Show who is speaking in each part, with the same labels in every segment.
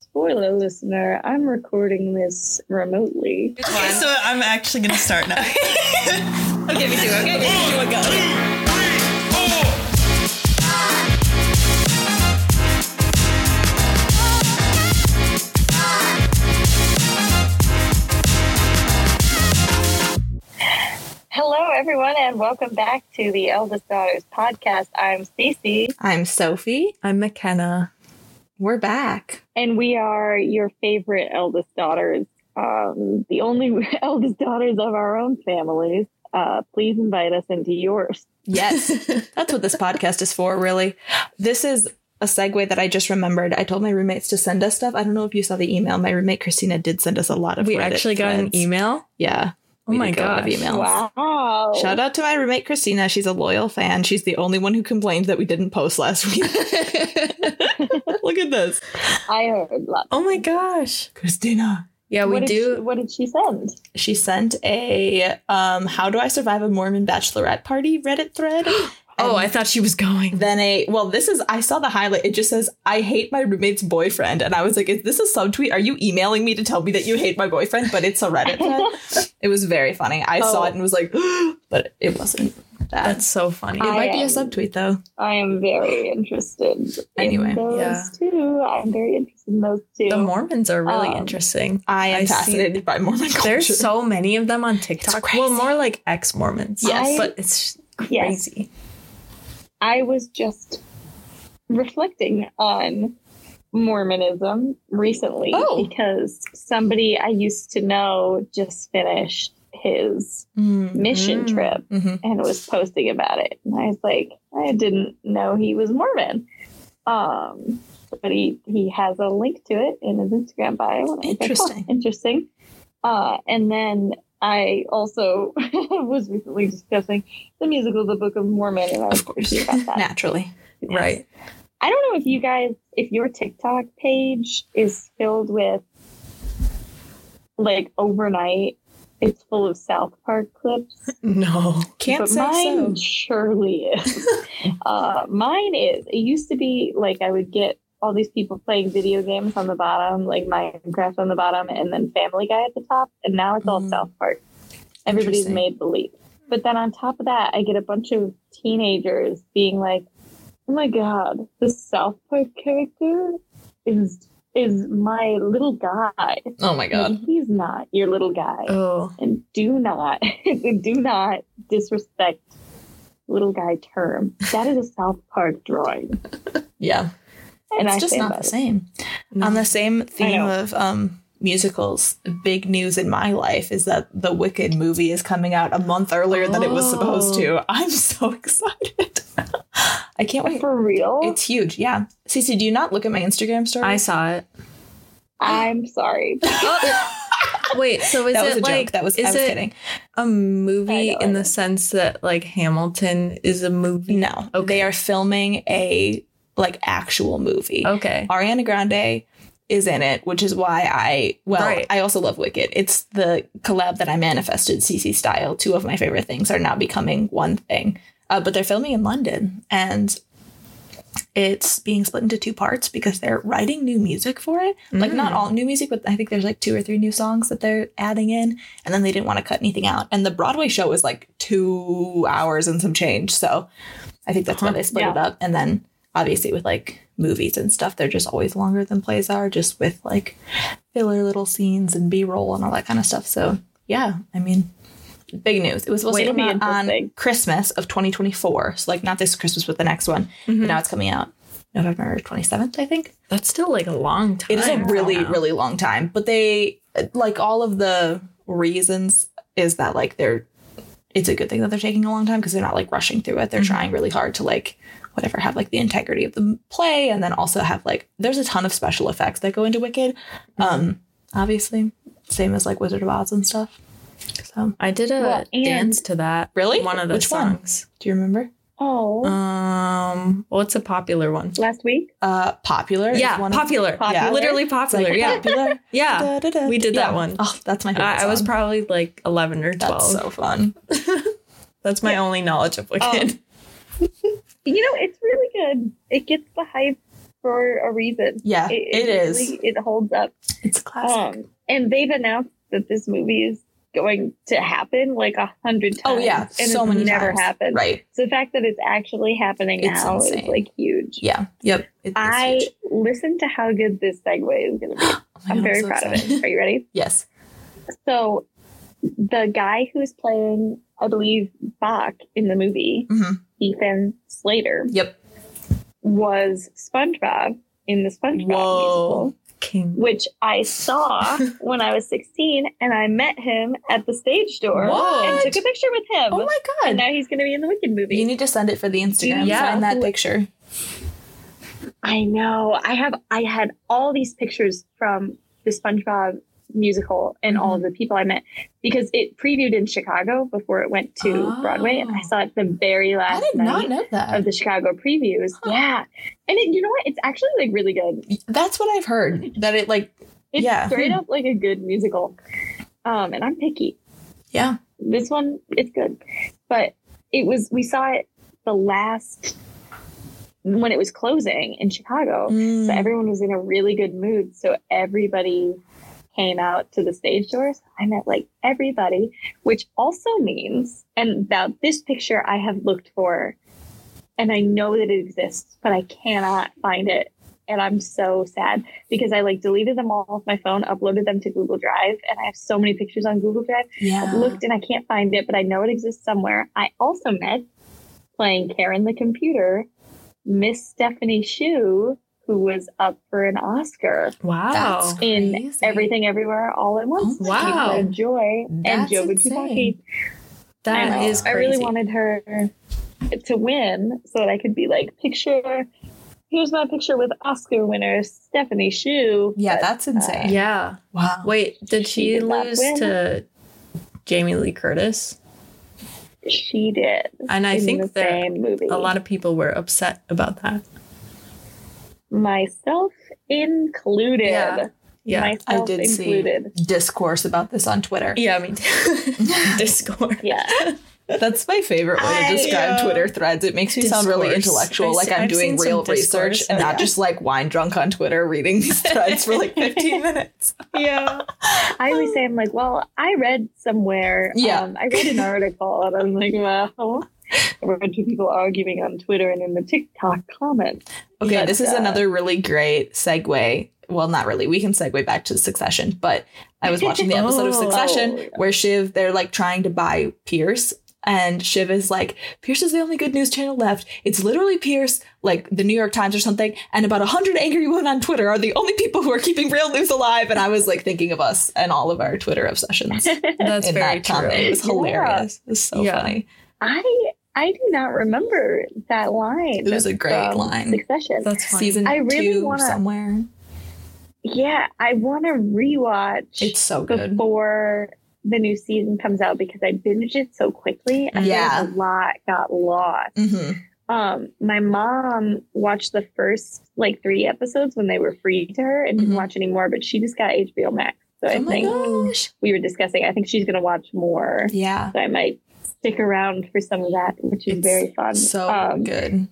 Speaker 1: spoiler listener, I'm recording this remotely.
Speaker 2: Okay, so I'm actually going to start now.
Speaker 3: Okay, me too. Okay, me too.
Speaker 1: Hello, everyone, and welcome back to the Eldest Daughters podcast. I'm Cece,
Speaker 3: I'm Sophie.
Speaker 2: I'm McKenna.
Speaker 3: We're back.
Speaker 1: and we are your favorite eldest daughters, um, the only eldest daughters of our own families. Uh, please invite us into yours.
Speaker 3: Yes. That's what this podcast is for, really. This is a segue that I just remembered. I told my roommates to send us stuff. I don't know if you saw the email. My roommate Christina did send us a lot of
Speaker 2: we
Speaker 3: Reddit
Speaker 2: actually got
Speaker 3: threads.
Speaker 2: an email.
Speaker 3: Yeah.
Speaker 2: Oh
Speaker 3: we
Speaker 2: my
Speaker 3: did get a lot of
Speaker 2: gosh.
Speaker 3: emails.
Speaker 1: Wow.
Speaker 3: Shout out to my roommate Christina. She's a loyal fan. She's the only one who complained that we didn't post last week. Look at this.
Speaker 1: I heard lots.
Speaker 2: Oh my gosh.
Speaker 3: Christina.
Speaker 2: Oh, Yeah, we
Speaker 1: what did
Speaker 2: do.
Speaker 1: She, what did she send?
Speaker 3: She sent a um how do I survive a Mormon bachelorette party Reddit thread.
Speaker 2: oh, I thought she was going.
Speaker 3: then a well this is i saw the highlight it just says i hate my roommate's boyfriend and i was like is this a subtweet are you emailing me to tell me that you hate my boyfriend but it's a reddit thread it was very funny i saw
Speaker 1: Oh.
Speaker 3: it and was like but it wasn't that
Speaker 2: That's so funny.
Speaker 3: it
Speaker 1: I
Speaker 3: might be a
Speaker 1: am-
Speaker 3: subtweet though
Speaker 1: I am very interested.
Speaker 3: Anyway,
Speaker 1: in those
Speaker 2: yeah.
Speaker 1: two. I'm very interested in those two.
Speaker 2: The Mormons are really
Speaker 1: Um,
Speaker 2: interesting.
Speaker 3: i am
Speaker 2: I see.
Speaker 3: fascinated by mormon culture
Speaker 2: There's so many of them on TikTok.
Speaker 3: crazy.
Speaker 2: Well, more like ex Mormons.
Speaker 1: Yes.
Speaker 2: But it's
Speaker 1: Yes.
Speaker 2: crazy.
Speaker 1: I was just reflecting on Mormonism recently
Speaker 3: Oh.
Speaker 1: because somebody I used to know just finished his
Speaker 3: Mm-hmm.
Speaker 1: mission
Speaker 2: Mhm.
Speaker 1: trip
Speaker 3: Mhm.
Speaker 1: and was posting about it. And I was like, I didn't know he was Mormon. Um, but he, he has a link to it in his Instagram bio. And I was like, huh,
Speaker 3: Interesting.
Speaker 1: interesting. Uh, and then I also was recently discussing the musical The Book of Mormon, and I was
Speaker 3: Of course.
Speaker 1: thinking about that.
Speaker 3: naturally
Speaker 2: Right.
Speaker 1: I don't know if you guys, if your TikTok page is filled with like overnight, it's full of South Park clips.
Speaker 2: No.
Speaker 3: can't
Speaker 1: but
Speaker 3: say
Speaker 1: mine
Speaker 3: so
Speaker 1: surely is. uh, mine is. It used to be like I would get all these people playing video games on the bottom, like Minecraft on the bottom, and then Family Guy at the top. And now it's all
Speaker 2: Mm.
Speaker 1: South Park. Everybody's
Speaker 3: Interesting.
Speaker 1: made believe. But then on top of that, I get a bunch of teenagers being like, "Oh my god, the South Park character is is my little guy.
Speaker 3: oh my god
Speaker 1: Like, he's not your little guy."
Speaker 2: Oh.
Speaker 1: and do not do not disrespect little guy term. That is a South Park drawing.
Speaker 3: yeah
Speaker 1: And
Speaker 3: it's
Speaker 1: I
Speaker 3: just
Speaker 1: say
Speaker 3: not
Speaker 1: that.
Speaker 3: the same
Speaker 2: No.
Speaker 3: On the same theme
Speaker 1: know.
Speaker 3: of um, musicals, big news in my life is that the Wicked movie is coming out a month earlier than it was supposed
Speaker 2: Oh.
Speaker 3: to. I'm so excited. I can't wait.
Speaker 1: For real?
Speaker 3: It's huge. Yeah. Cece, do you not look at my Instagram story?
Speaker 2: I saw it.
Speaker 1: I'm sorry.
Speaker 2: Wait, so is
Speaker 3: that
Speaker 2: it
Speaker 3: was a
Speaker 2: like
Speaker 3: joke. That was,
Speaker 2: is
Speaker 3: I was
Speaker 2: it
Speaker 3: kidding.
Speaker 2: a movie
Speaker 1: I know, I
Speaker 2: in
Speaker 1: know.
Speaker 2: the sense that like Hamilton is a movie?
Speaker 3: No.
Speaker 2: Okay.
Speaker 3: They are filming a like actual movie.
Speaker 2: Okay.
Speaker 3: Ariana Grande is in it, which is why I well,
Speaker 2: Right.
Speaker 3: I also love Wicked. It's the collab that I manifested, CC Style. Two of my favorite things are now becoming one thing. Uh, but they're filming in London, and it's being split into two parts because they're writing new music for it. Like not
Speaker 2: Mm.
Speaker 3: all new music, but I think there's like two or three new songs that they're adding in, and then they didn't want to cut anything out. And the Broadway show is like two hours and some change, so I think that's why
Speaker 2: Huh.
Speaker 3: they split
Speaker 1: Uh-huh. Yeah.
Speaker 3: it up. And then obviously with like movies and stuff, they're just always longer than plays are, just with like filler little scenes and B roll and all that kind of stuff. So yeah, I mean, big news. It was supposed
Speaker 1: Wait,
Speaker 3: to
Speaker 1: it'll be
Speaker 3: come out on
Speaker 1: interesting.
Speaker 3: Christmas of 2024, so like not this Christmas, but the next one.
Speaker 2: Mhm.
Speaker 3: But
Speaker 1: Hmm.
Speaker 3: now it's coming out November 27th, I think.
Speaker 2: That's still like a long time.
Speaker 3: It is a
Speaker 2: from
Speaker 3: really,
Speaker 2: now.
Speaker 3: really long time. But they like all of the reasons is that like they're it's a good thing that they're taking a long time because they're not like rushing through it. They're
Speaker 2: Mhm.
Speaker 3: trying really hard to like whatever have like the integrity of the m- play and then also have like there's a ton of special effects that go into Wicked.
Speaker 2: Mm-hmm.
Speaker 3: Um obviously same as like Wizard of Oz and stuff. So
Speaker 2: I did a
Speaker 1: Well, and-
Speaker 2: dance to that.
Speaker 3: Really?
Speaker 2: One of the
Speaker 3: Which one?
Speaker 2: songs.
Speaker 3: do you remember?
Speaker 1: Oh,
Speaker 2: Um what's a popular one?
Speaker 1: last week.
Speaker 3: Uh popular is
Speaker 2: yeah,
Speaker 3: one of-
Speaker 2: popular.
Speaker 1: Popular?
Speaker 2: Literally
Speaker 3: it's like,
Speaker 2: popular. yeah.
Speaker 3: popular.
Speaker 2: Yeah.
Speaker 3: Da, da, da.
Speaker 2: we did that
Speaker 3: Yeah.
Speaker 2: one.
Speaker 3: Oh, that's my favorite.
Speaker 2: I, I was
Speaker 3: song.
Speaker 2: probably like eleven or twelve.
Speaker 3: that's so Oh. fun.
Speaker 2: That's my only knowledge of Wicked.
Speaker 1: You know, it's really good. It gets the hype for a reason.
Speaker 3: Yeah, it is. Oh,
Speaker 1: really- it holds up.
Speaker 3: it's a classic.
Speaker 1: Um, and they've announced that this movie is going to happen like a hundred
Speaker 3: Oh,
Speaker 1: times.
Speaker 3: yeah,
Speaker 1: and
Speaker 3: so
Speaker 1: it's
Speaker 3: many
Speaker 1: never
Speaker 3: times.
Speaker 1: happened.
Speaker 3: right.
Speaker 1: So the fact that it's actually happening
Speaker 3: It's
Speaker 1: now
Speaker 3: insane.
Speaker 1: is like huge.
Speaker 3: Yeah. Yep. It is
Speaker 1: I
Speaker 3: huge.
Speaker 1: listen to how good this segue is going to be.
Speaker 3: Oh my
Speaker 1: I'm
Speaker 3: God,
Speaker 1: very
Speaker 3: so
Speaker 1: proud of
Speaker 3: excited.
Speaker 1: it. Are you ready?
Speaker 3: yes.
Speaker 1: So the guy who's playing, I believe, Bach in the movie,
Speaker 3: hmm
Speaker 1: Ethan Slater,
Speaker 3: Yep.
Speaker 1: was SpongeBob in the SpongeBob musical,
Speaker 2: Whoa. King.
Speaker 1: which I saw when I was 16, and I met him at the stage door and
Speaker 3: What?
Speaker 1: took a picture with him.
Speaker 3: Oh my
Speaker 1: and
Speaker 3: god.
Speaker 1: now he's going to be in the Wicked movie.
Speaker 3: You need to send it for the Instagram.
Speaker 2: Yeah.
Speaker 3: Find that picture.
Speaker 1: I know. I have. I had all these pictures from the SpongeBob musical and all
Speaker 3: Mm-hmm.
Speaker 1: of the people I met because it previewed in Chicago before it went to
Speaker 3: Oh.
Speaker 1: Broadway, and I saw it the very
Speaker 3: I
Speaker 1: last
Speaker 3: did not
Speaker 1: night
Speaker 3: know
Speaker 1: of
Speaker 3: that.
Speaker 1: the Chicago previews.
Speaker 3: Huh.
Speaker 1: Yeah, and it, you know what? It's actually like really good.
Speaker 3: That's what I've heard. That it like
Speaker 1: It's
Speaker 3: Yeah.
Speaker 1: straight
Speaker 3: Hmm.
Speaker 1: up like a good musical. Um, and I'm picky.
Speaker 3: yeah.
Speaker 1: This one, it's good, but it was we saw it the last when it was closing in Chicago. So
Speaker 3: Mm.
Speaker 1: everyone was in a really good mood. So everybody came out to the stage doors. I met like everybody, which also means, and now this picture I have looked for, and I know that it exists, but I cannot find it. And I'm so sad because I like deleted them all off my phone, uploaded them to Google Drive, and I have so many pictures on Google Drive.
Speaker 3: Yeah.
Speaker 1: I've
Speaker 2: Um,
Speaker 1: looked and I can't find it, but I know it exists somewhere. I also met playing Karen the computer, Miss Stephanie Shu, who was up for an Oscar
Speaker 2: Wow.
Speaker 3: That's-
Speaker 1: in
Speaker 3: Crazy.
Speaker 1: Everything Everywhere All at Once.
Speaker 3: Oh
Speaker 2: my
Speaker 1: She
Speaker 2: God.
Speaker 1: played Joy
Speaker 3: That's
Speaker 1: and Joe
Speaker 3: insane.
Speaker 1: Tsubaki.
Speaker 2: That
Speaker 1: I
Speaker 3: know.
Speaker 2: is
Speaker 1: I
Speaker 2: crazy.
Speaker 1: really wanted her to win so that I could be like, picture. Here's my picture with Oscar winner Stephanie Shu.
Speaker 3: Yeah,
Speaker 1: But
Speaker 3: that's insane.
Speaker 2: Yeah.
Speaker 3: Wow.
Speaker 2: Wait, did
Speaker 1: She
Speaker 2: she,
Speaker 1: did not
Speaker 2: lose
Speaker 1: win.
Speaker 2: to Jamie Lee Curtis?
Speaker 1: she did.
Speaker 2: And I
Speaker 1: in the
Speaker 2: think that
Speaker 1: same movie.
Speaker 2: a lot of people were upset about that.
Speaker 1: myself included.
Speaker 2: Yeah. Yeah.
Speaker 1: myself
Speaker 3: I did see.
Speaker 1: included.
Speaker 3: Discourse about this on Twitter.
Speaker 2: yeah, me too. Discord.
Speaker 1: Yeah.
Speaker 3: That's my favorite way
Speaker 1: I-
Speaker 3: to describe
Speaker 2: Yeah.
Speaker 3: Twitter threads. It makes me sound really
Speaker 2: uh, Discourse.
Speaker 3: intellectual,
Speaker 2: I've
Speaker 3: like
Speaker 2: se-
Speaker 3: I'm
Speaker 2: I've
Speaker 3: doing
Speaker 2: seen
Speaker 3: real
Speaker 2: some
Speaker 3: research
Speaker 2: discourse.
Speaker 3: and
Speaker 2: Oh,
Speaker 3: not
Speaker 2: yeah.
Speaker 3: just like wine drunk on Twitter reading these threads for like 15 minutes.
Speaker 2: Yeah.
Speaker 1: I always say, I'm like, well, I read somewhere.
Speaker 3: Yeah.
Speaker 1: Um, I read an article and I'm like, well, there were two people arguing on Twitter and in the TikTok comments.
Speaker 3: Okay,
Speaker 1: But,
Speaker 3: this is
Speaker 1: uh,
Speaker 3: another really great segue. Well, not really. We can segue back to Succession, but I was watching the episode of
Speaker 2: Oh.
Speaker 3: Succession
Speaker 1: Oh, yeah.
Speaker 3: where Shiv, they're like trying to buy Pierce. And Shiv is like, Pierce is the only good news channel left. It's literally Pierce, like the New York Times or something, and about 100 angry women on Twitter are the only people who are keeping real news alive. And I was like thinking of us and all of our Twitter obsessions.
Speaker 2: That's
Speaker 3: in
Speaker 2: very
Speaker 3: that comment. It
Speaker 2: true.
Speaker 3: was hilarious. It was so
Speaker 2: Yeah.
Speaker 3: funny.
Speaker 1: I I do not remember that line.
Speaker 3: It was a great
Speaker 1: from
Speaker 3: line.
Speaker 1: Succession.
Speaker 2: That's funny.
Speaker 3: Season
Speaker 1: I really
Speaker 3: 2
Speaker 1: wanna-
Speaker 3: somewhere.
Speaker 1: yeah, I want to rewatch
Speaker 3: It's so good.
Speaker 1: before the new season comes out because I binged it so quickly. I think
Speaker 3: Yeah.
Speaker 1: a lot got lost.
Speaker 3: hmm
Speaker 1: um my mom watched the first like three episodes when they were free to her and didn't
Speaker 3: Mhm.
Speaker 1: watch anymore but she just got hbo max so i
Speaker 3: oh my
Speaker 1: think
Speaker 3: gosh.
Speaker 1: we were discussing i think she's going to watch more
Speaker 3: Yeah.
Speaker 1: so i might stick around for some of that which is
Speaker 3: It's
Speaker 1: very fun
Speaker 3: So
Speaker 1: Um,
Speaker 3: good.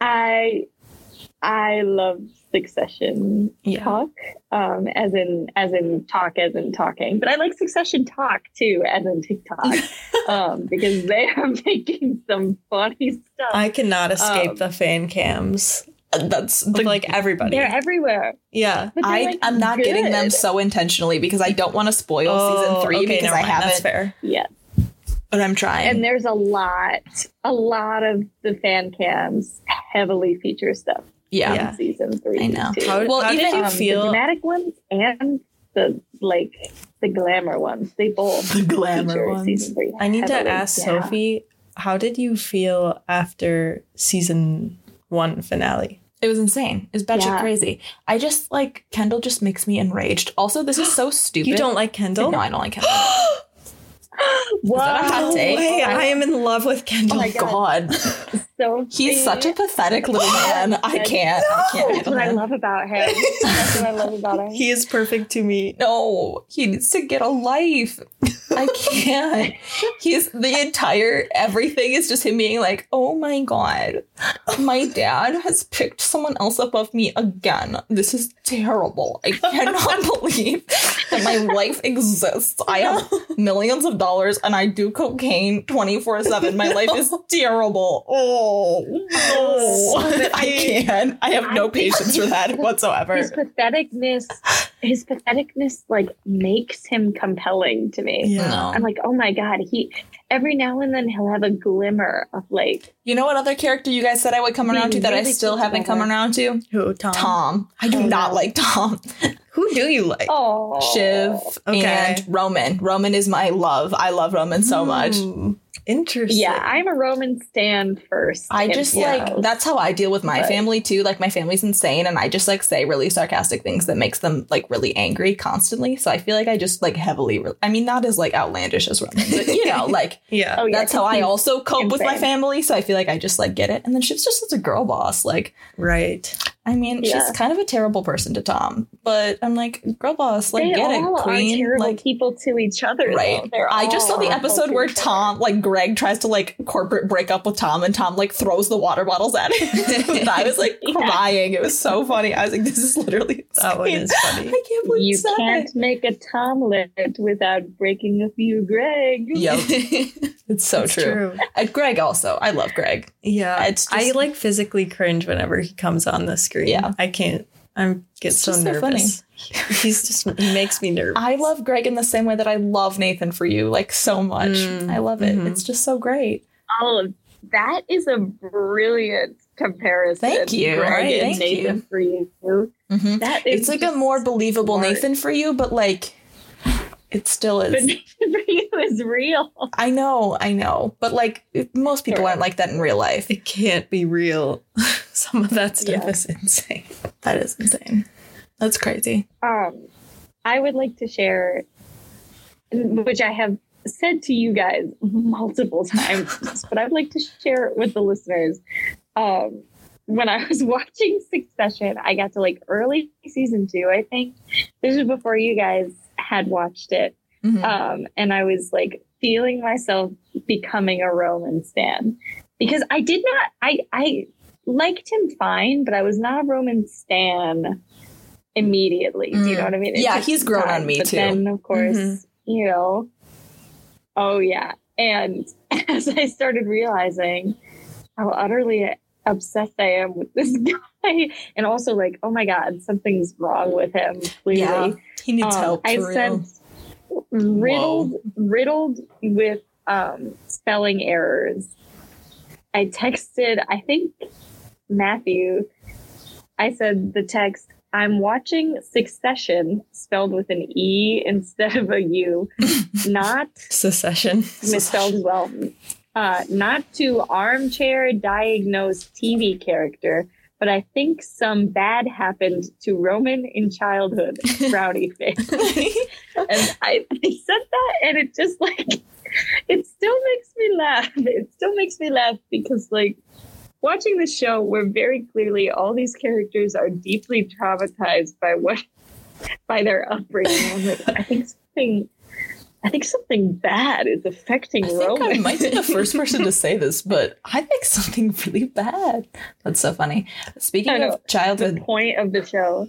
Speaker 1: i i love succession
Speaker 2: Yeah.
Speaker 1: talk um as in as in talk as in talking but i like succession talk too as in tiktok um because they are making some funny stuff
Speaker 2: I cannot escape
Speaker 1: Um,
Speaker 2: the fan cams
Speaker 3: That's
Speaker 2: of
Speaker 3: the
Speaker 2: like everybody.
Speaker 1: they're everywhere
Speaker 2: yeah.
Speaker 1: But they're,
Speaker 3: I,
Speaker 1: like,
Speaker 3: I'm not getting them
Speaker 1: good. Oh,
Speaker 3: so intentionally because I don't want to spoil season three because
Speaker 2: Oh, never
Speaker 3: I
Speaker 2: mind. That's
Speaker 3: haven't,
Speaker 2: fair.
Speaker 1: Yeah,
Speaker 3: but I'm trying.
Speaker 1: and there's a lot, a lot of the fan cams heavily feature stuff
Speaker 3: yeah.
Speaker 2: Yeah.
Speaker 1: in season three.
Speaker 3: I know.
Speaker 1: too.
Speaker 2: How,
Speaker 3: Well,
Speaker 2: well, how
Speaker 3: even
Speaker 2: did you
Speaker 1: Um,
Speaker 2: feel?
Speaker 1: the dramatic ones and the like the glamour ones? They both
Speaker 3: The glamour
Speaker 1: feature
Speaker 3: ones.
Speaker 1: Season three
Speaker 2: I need to
Speaker 1: heavily.
Speaker 2: ask
Speaker 1: Yeah.
Speaker 2: Sophie, how did you feel after season one finale?
Speaker 3: It was insane. It was batshit
Speaker 1: Yeah.
Speaker 3: crazy. I just like Kendall just makes me enraged. Also, this is so stupid.
Speaker 2: You don't like Kendall?
Speaker 3: No, I don't like Kendall.
Speaker 1: Whoa!
Speaker 3: that a hot
Speaker 2: No
Speaker 3: take?
Speaker 2: way.
Speaker 1: I-
Speaker 2: I am in love with
Speaker 3: oh
Speaker 2: Kendall.
Speaker 1: my
Speaker 3: my god.
Speaker 1: Sophie,
Speaker 3: He's such a pathetic little man. I can't. I
Speaker 1: That's
Speaker 3: can't handle
Speaker 1: what I
Speaker 3: him.
Speaker 1: love about him. That's what I love about him.
Speaker 2: he is perfect to me.
Speaker 3: No, he needs to get a life. I can't. He's the entire everything is just him being like, oh my god, my dad has picked someone else above me again. This is terrible. I cannot believe that my life exists. I have millions of dollars and I do cocaine 24 7. My life is terrible. Oh,
Speaker 2: Oh,
Speaker 3: no. Oh, I can't. I have no patience for that
Speaker 1: his
Speaker 3: whatsoever.
Speaker 1: patheticness his patheticness like makes him compelling to me
Speaker 2: Yeah.
Speaker 3: No.
Speaker 1: i'm like oh my god he every now and then he'll have a glimmer of like
Speaker 3: You know what other character you guys said I would come
Speaker 1: Be
Speaker 3: around to that I
Speaker 1: really
Speaker 3: still
Speaker 1: cute
Speaker 3: haven't come
Speaker 1: together.
Speaker 3: around to?
Speaker 2: Who, Tom?
Speaker 3: Tom. I do
Speaker 1: Oh,
Speaker 3: not
Speaker 1: no.
Speaker 3: like Tom.
Speaker 2: Who do you like?
Speaker 1: oh
Speaker 3: Shiv
Speaker 2: Okay.
Speaker 3: and Roman. Roman is my love. I love Roman so much.
Speaker 1: Mm.
Speaker 2: Hmm. Interesting.
Speaker 1: yeah i'm a roman stand first
Speaker 3: I
Speaker 1: and
Speaker 3: just
Speaker 1: foremost.
Speaker 3: like that's how I deal with my
Speaker 1: Right.
Speaker 3: family too. Like my family's insane and I just like say really sarcastic things that makes them like really angry constantly. So I feel like I just like heavily re- I mean not as like outlandish as Roman, but you know, like
Speaker 2: Yeah.
Speaker 1: oh, yeah,
Speaker 3: that's how I
Speaker 1: he's
Speaker 3: also cope with my
Speaker 1: insane.
Speaker 3: family. So I feel like I just like get it. And then Shiv's just such a girl boss. Like
Speaker 2: Right.
Speaker 3: I mean,
Speaker 1: Yeah.
Speaker 3: she's kind of a terrible person to Tom, but I'm like, girl boss, like
Speaker 1: they
Speaker 3: get it,
Speaker 1: all are
Speaker 3: queen.
Speaker 1: terrible
Speaker 3: Like
Speaker 1: people to each other.
Speaker 3: Right.
Speaker 1: though. They're
Speaker 3: I just saw the
Speaker 1: all
Speaker 3: episode
Speaker 1: awful
Speaker 3: where
Speaker 1: to each other.
Speaker 3: Tom, like Greg, tries to like corporate break up with Tom, and Tom like throws the water bottles at him. And I was like
Speaker 1: Yeah.
Speaker 3: crying. It was so funny. I was like, this is literally
Speaker 2: That one
Speaker 3: insane.
Speaker 2: is funny.
Speaker 3: I can't believe
Speaker 1: You
Speaker 3: you said
Speaker 1: can't
Speaker 3: it.
Speaker 1: make a Tomlet without breaking a few Greg.
Speaker 3: Yep, it's so
Speaker 2: It's
Speaker 3: true. And Greg also, I love Greg.
Speaker 2: Yeah.
Speaker 3: It's just,
Speaker 2: I like physically cringe whenever he comes on the screen.
Speaker 3: Yeah.
Speaker 2: I can't. I get
Speaker 3: It's
Speaker 2: so
Speaker 3: just so
Speaker 2: nervous. He's just he makes me nervous.
Speaker 3: I love Greg in the same way that I love Nathan for you, like so much.
Speaker 2: Mm,
Speaker 3: I love it.
Speaker 2: mhm.
Speaker 3: It's just so great.
Speaker 1: Oh, that is a brilliant comparison.
Speaker 3: Thank you.
Speaker 1: Greg
Speaker 3: Right,
Speaker 1: and
Speaker 3: thank
Speaker 1: Nathan
Speaker 3: you.
Speaker 1: for you.
Speaker 3: Mm-hmm.
Speaker 1: That is
Speaker 3: It's like a more believable
Speaker 1: smart.
Speaker 3: Nathan for you, but like it still
Speaker 1: but
Speaker 3: is.
Speaker 1: Nathan for you is real.
Speaker 3: I know, I know, but like it- most people aren't like that in real life.
Speaker 2: it can't be real. Some of that stuff
Speaker 1: Yeah.
Speaker 2: is insane.
Speaker 3: That is insane. That's crazy.
Speaker 1: Um, I would like to share, which I have said to you guys multiple times, but I'd like to share it with the listeners. Um, when I was watching Succession, I got to like early season two, I think. This was before you guys had watched it.
Speaker 3: Mhm.
Speaker 1: um, and I was like feeling myself becoming a Roman stan because I did not I I liked him fine, but I was not a Roman stan immediately. Do you know
Speaker 3: Mm.
Speaker 1: what I mean?
Speaker 3: Yeah,
Speaker 1: took
Speaker 3: he's
Speaker 1: some
Speaker 3: grown on
Speaker 1: time,
Speaker 3: me,
Speaker 1: but
Speaker 3: too. Mm-hmm.
Speaker 1: Then of course,
Speaker 2: Mhm.
Speaker 1: you know. Oh yeah, and as I started realizing how utterly obsessed I am with this guy, and also like, oh my god, something's wrong with him. Clearly.
Speaker 3: yeah, he needs
Speaker 1: Um,
Speaker 3: help. For
Speaker 1: I
Speaker 3: real.
Speaker 1: sense riddled riddled with um, spelling errors. I texted, I think Matthew. I said the text. I'm watching Succession spelled with an E instead of a U, not
Speaker 2: Secession.
Speaker 1: misspelled as well. Uh, not to armchair diagnose TV character, but I think some bad happened to Roman in childhood. Brownie face and I, I said that and it just like it still makes me laugh it still makes me laugh because like watching the show where very clearly all these characters are deeply traumatized by what by their upbringing i'm like i think something i think something bad is affecting
Speaker 3: I think
Speaker 1: roman
Speaker 3: I might be the first person to say this, but I think something really bad. That's so funny. Speaking
Speaker 1: know.
Speaker 3: of childhood,
Speaker 1: the point of the show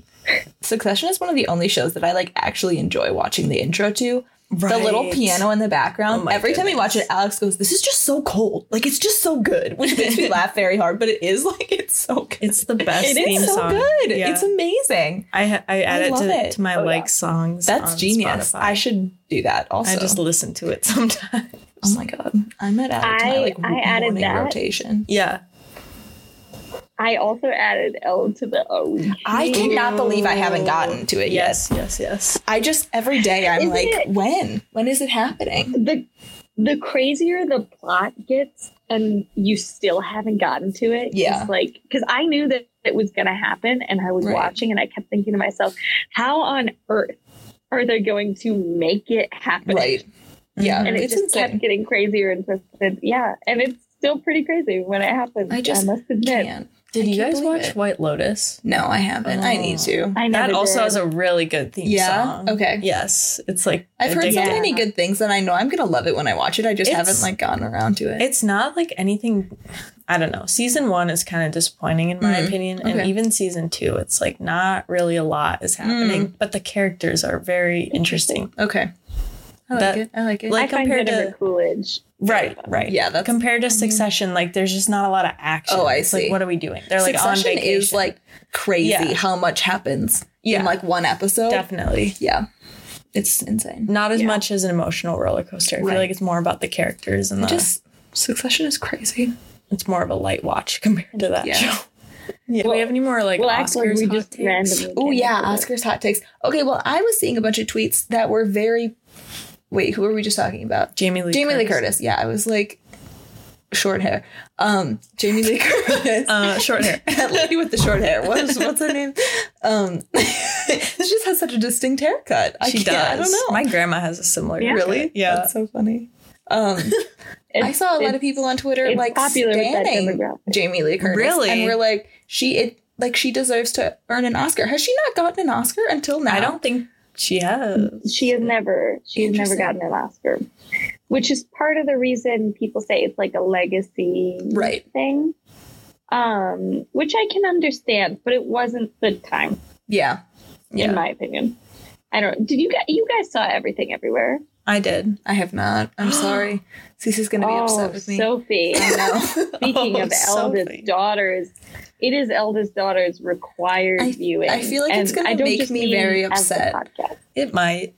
Speaker 3: Succession is one of the only shows that I like actually enjoy watching the intro to. The little
Speaker 2: Right.
Speaker 3: piano in the background.
Speaker 2: Oh my
Speaker 3: Every time we watch it,
Speaker 2: goodness.
Speaker 3: Alex goes, This is just so cold. Like, it's just so good, which makes me laugh very hard, but it is like, it's so good.
Speaker 2: It's the best
Speaker 3: It
Speaker 2: theme
Speaker 3: is so
Speaker 2: song.
Speaker 3: good.
Speaker 2: Yeah.
Speaker 3: It's amazing.
Speaker 2: I ha- I add it,
Speaker 3: love
Speaker 2: to,
Speaker 3: it.
Speaker 2: to my
Speaker 1: Oh,
Speaker 2: like
Speaker 1: yeah.
Speaker 2: songs.
Speaker 3: That's
Speaker 2: on
Speaker 3: genius.
Speaker 2: Spotify.
Speaker 3: I should do that also.
Speaker 2: I just listen to it sometimes.
Speaker 3: oh my God. I might add it to my
Speaker 1: I-
Speaker 3: like,
Speaker 1: I added
Speaker 3: morning
Speaker 1: that.
Speaker 3: rotation.
Speaker 2: Yeah.
Speaker 1: i also added l to the o
Speaker 3: I cannot believe I haven't gotten to it yet.
Speaker 2: Yes, yes, yes.
Speaker 3: I just, every day, I'm
Speaker 1: Isn't
Speaker 3: like,
Speaker 1: it-
Speaker 3: When? When is it happening?
Speaker 1: the the crazier the plot gets and you still haven't gotten to it
Speaker 3: Yeah.
Speaker 1: it's like because i knew that it was going to happen and i was
Speaker 3: Right.
Speaker 1: watching and i kept thinking to myself how on earth are they going to make it happen
Speaker 3: Right. Yeah.
Speaker 1: and it
Speaker 3: it's
Speaker 1: just
Speaker 3: insane.
Speaker 1: kept getting crazier and twisted yeah and it's still pretty crazy when it happens
Speaker 3: I just
Speaker 1: must admit
Speaker 3: can't.
Speaker 2: Did
Speaker 3: I
Speaker 2: you
Speaker 3: can't
Speaker 2: guys
Speaker 3: believe
Speaker 2: watch
Speaker 3: it.
Speaker 2: White Lotus?
Speaker 3: No, I haven't. I need
Speaker 2: Oh.
Speaker 3: to.
Speaker 1: I never
Speaker 2: That also
Speaker 1: did.
Speaker 2: has a really good theme
Speaker 3: Yeah?
Speaker 2: song.
Speaker 3: Okay.
Speaker 2: Yes, it's like
Speaker 3: I've heard so
Speaker 2: addicting.
Speaker 1: Yeah.
Speaker 3: many good things, and I know I'm gonna love it when I watch it. I just
Speaker 2: It's-
Speaker 3: haven't like gotten around to it.
Speaker 2: It's not like anything. I don't know. Season one is kind of disappointing in my
Speaker 3: Mm,
Speaker 2: opinion, and
Speaker 3: okay.
Speaker 2: even season two, it's like not really a lot is happening,
Speaker 3: Mm.
Speaker 2: but the characters are very interesting.
Speaker 3: okay. I like
Speaker 2: That-
Speaker 3: it. I like it.
Speaker 1: I
Speaker 2: like,
Speaker 1: find
Speaker 2: compared
Speaker 1: Jennifer
Speaker 2: to-
Speaker 1: Coolidge.
Speaker 2: Right, right.
Speaker 3: yeah, that's mm-hmm.
Speaker 2: Compared to Succession, like there's just not a lot of action.
Speaker 3: Oh, I
Speaker 2: It's
Speaker 3: see.
Speaker 2: Like, what are we doing? They're like on
Speaker 3: Succession
Speaker 2: vacation.
Speaker 3: is like crazy
Speaker 2: Yeah.
Speaker 3: how much happens
Speaker 2: Yeah.
Speaker 3: in like one episode.
Speaker 2: definitely
Speaker 3: yeah, it's insane.
Speaker 2: not as
Speaker 1: Yeah.
Speaker 2: much as an emotional roller coaster. I
Speaker 3: Right.
Speaker 2: feel like it's more about the characters and the,
Speaker 3: Just Succession is crazy.
Speaker 2: it's more of a light watch compared to that
Speaker 3: Yeah.
Speaker 2: show. Yeah. Do
Speaker 1: Well-
Speaker 2: we have any more like
Speaker 1: well,
Speaker 2: Oscars?
Speaker 1: actually, we
Speaker 2: hot
Speaker 1: just
Speaker 2: takes?
Speaker 1: randomly.
Speaker 3: Oh
Speaker 1: came
Speaker 3: yeah,
Speaker 1: up with it.
Speaker 3: Oscars hot takes. Okay, well I was seeing a bunch of tweets that were very. Wait, who were we just talking about?
Speaker 2: Jamie Lee.
Speaker 3: Jamie Lee Curtis. Yeah, I was like, short hair. Um, Jamie Lee Curtis.
Speaker 2: Uh, short hair.
Speaker 3: that lady with the short hair. What's what's her name? Um, she just has such a distinct haircut. I
Speaker 2: She
Speaker 3: can't-
Speaker 2: does.
Speaker 3: I don't know.
Speaker 2: My grandma has a similar.
Speaker 1: Yeah.
Speaker 2: Really? Yeah.
Speaker 3: That's so funny. Um, I
Speaker 1: It's-
Speaker 3: saw a lot
Speaker 1: it's-
Speaker 3: of people on Twitter
Speaker 1: it's
Speaker 3: like
Speaker 1: popular with that
Speaker 3: standing
Speaker 1: demographic.
Speaker 3: Jamie Lee Curtis,
Speaker 2: Really?
Speaker 3: and we're like, she it like she deserves to earn an Oscar. Has she not gotten an Oscar until now?
Speaker 2: I don't think she has.
Speaker 1: She has never she's never
Speaker 3: Interesting.
Speaker 1: gotten an Oscar. Which is part of the reason people say it's like a legacy
Speaker 3: Right.
Speaker 1: thing. Um, which I can understand, but it wasn't the time,
Speaker 3: Yeah,
Speaker 1: in
Speaker 3: yeah.
Speaker 1: my opinion. I don't did you guys you guys saw everything everywhere?
Speaker 2: I did.
Speaker 3: I have not. I'm sorry. Cece's gonna be
Speaker 1: Oh,
Speaker 3: upset with me.
Speaker 1: Sophie.
Speaker 3: I know.
Speaker 1: Speaking
Speaker 2: Oh,
Speaker 1: of
Speaker 2: Sophie.
Speaker 1: eldest daughters, it is eldest daughters required
Speaker 3: I-
Speaker 1: viewing.
Speaker 3: I feel like it's
Speaker 1: And I
Speaker 3: gonna
Speaker 1: don't
Speaker 3: make
Speaker 1: just
Speaker 3: me
Speaker 1: mean
Speaker 3: very
Speaker 1: as a
Speaker 3: upset.
Speaker 1: podcast.
Speaker 2: It might.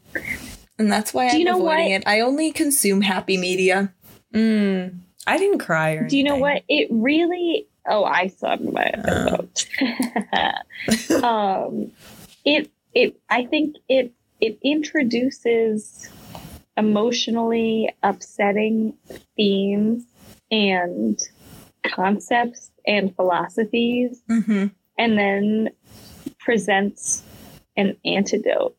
Speaker 3: and that's why
Speaker 1: Do
Speaker 3: I'm
Speaker 1: you know
Speaker 3: avoiding
Speaker 1: what?
Speaker 3: it. I only consume happy media.
Speaker 2: Mm, I didn't cry or
Speaker 1: Do you know
Speaker 2: anything. Uh.
Speaker 1: what? It really. Oh, I saw my vote. um, it it. I think it it introduces emotionally upsetting themes and concepts and philosophies,
Speaker 3: Mm-hmm.
Speaker 1: and then presents an antidote.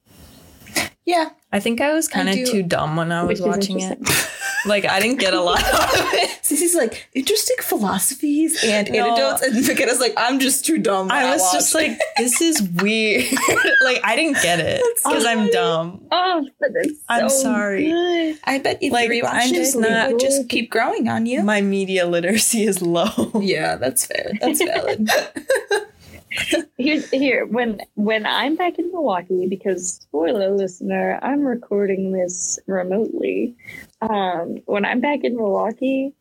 Speaker 3: Yeah,
Speaker 2: I think I was kind
Speaker 3: I
Speaker 2: of
Speaker 3: do-
Speaker 2: too dumb when I
Speaker 1: which
Speaker 2: was
Speaker 1: is
Speaker 2: watching it.
Speaker 1: interesting.
Speaker 2: Like I didn't get a lot out of it.
Speaker 3: Cece's like interesting philosophies and
Speaker 2: No.
Speaker 3: anecdotes, and McKenna's like, I'm just too dumb. when
Speaker 2: I was just
Speaker 3: watch."
Speaker 2: like, this is weird. like I didn't get it because I'm dumb.
Speaker 1: Oh, but it's
Speaker 2: I'm
Speaker 1: so
Speaker 2: sorry.
Speaker 1: good.
Speaker 3: I bet if
Speaker 2: Like,
Speaker 3: you rewatched
Speaker 2: I'm
Speaker 3: it,
Speaker 2: just
Speaker 3: it would
Speaker 2: not-
Speaker 3: just keep growing on you.
Speaker 2: My media literacy is low.
Speaker 3: yeah, that's fair. That's valid.
Speaker 1: Here, here. When when I'm back in Milwaukee, because spoiler listener, I'm recording this remotely. Um, when I'm back in Milwaukee,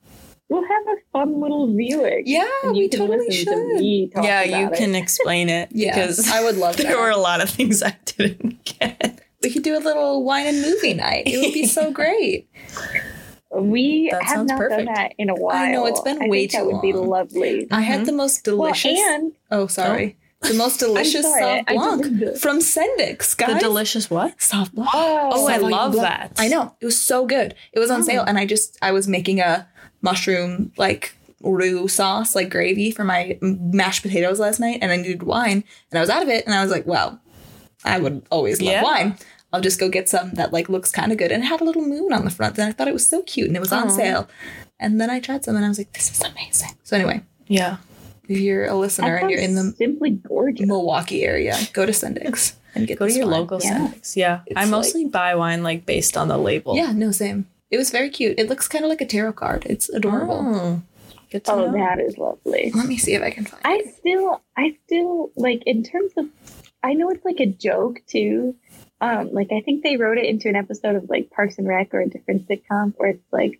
Speaker 1: we'll have a fun little viewing.
Speaker 3: yeah,
Speaker 1: and you
Speaker 3: we
Speaker 1: can
Speaker 3: totally
Speaker 1: listen to
Speaker 3: should.
Speaker 1: me talk
Speaker 2: yeah,
Speaker 1: about
Speaker 2: you
Speaker 1: it.
Speaker 2: can explain it
Speaker 3: Yeah,
Speaker 2: because
Speaker 3: I would love that.
Speaker 2: there were a lot of things I didn't get.
Speaker 3: we could do a little wine and movie night. It would be so great.
Speaker 1: We
Speaker 2: That
Speaker 1: have
Speaker 2: sounds
Speaker 1: not done
Speaker 2: perfect.
Speaker 1: that in a while.
Speaker 3: I know, it's been way
Speaker 1: think that
Speaker 3: too
Speaker 1: would be
Speaker 3: long.
Speaker 1: lovely.
Speaker 3: I had the most delicious.
Speaker 1: Well, and
Speaker 3: oh, sorry. The most delicious
Speaker 1: sorry,
Speaker 3: soft
Speaker 1: I
Speaker 3: blanc
Speaker 1: didn't do it.
Speaker 3: from Sendix, guys.
Speaker 2: delicious what?
Speaker 3: soft blanc.
Speaker 1: oh,
Speaker 2: Oh, I
Speaker 3: Savoy
Speaker 2: love
Speaker 3: Blanc.
Speaker 2: that.
Speaker 3: I know. It was so good. It was on
Speaker 2: Oh.
Speaker 3: sale and I just I was making a mushroom like roux sauce like gravy for my m- mashed potatoes last night and I needed wine and I was out of it and I was like, well, I would always love
Speaker 2: Yeah.
Speaker 3: wine. I'll just go get some that like looks kind of good and it had a little moon on the front and I thought it was so cute and it was on
Speaker 2: Aw.
Speaker 3: sale. And then I tried some and I was like, this is amazing. So anyway,
Speaker 2: Yeah.
Speaker 3: if you're a listener and you're in the
Speaker 1: simply gorgeous.
Speaker 3: Milwaukee area, go to Sendix and get
Speaker 2: Go to
Speaker 3: this
Speaker 2: your
Speaker 3: wine.
Speaker 2: local
Speaker 1: Yeah.
Speaker 2: Saks. Yeah.
Speaker 3: It's
Speaker 2: I mostly buy wine like based on the label.
Speaker 3: Yeah, no, same. It was very cute. It looks kind of like a tarot card. It's adorable.
Speaker 2: Oh, good to
Speaker 1: Oh,
Speaker 2: know.
Speaker 1: that is lovely.
Speaker 3: Let me see if I can find
Speaker 1: I
Speaker 3: it.
Speaker 1: still, I still like in terms of, I know it's like a joke too. Um, like I think they wrote it into an episode of like Parks and Rec or a different sitcom where it's like,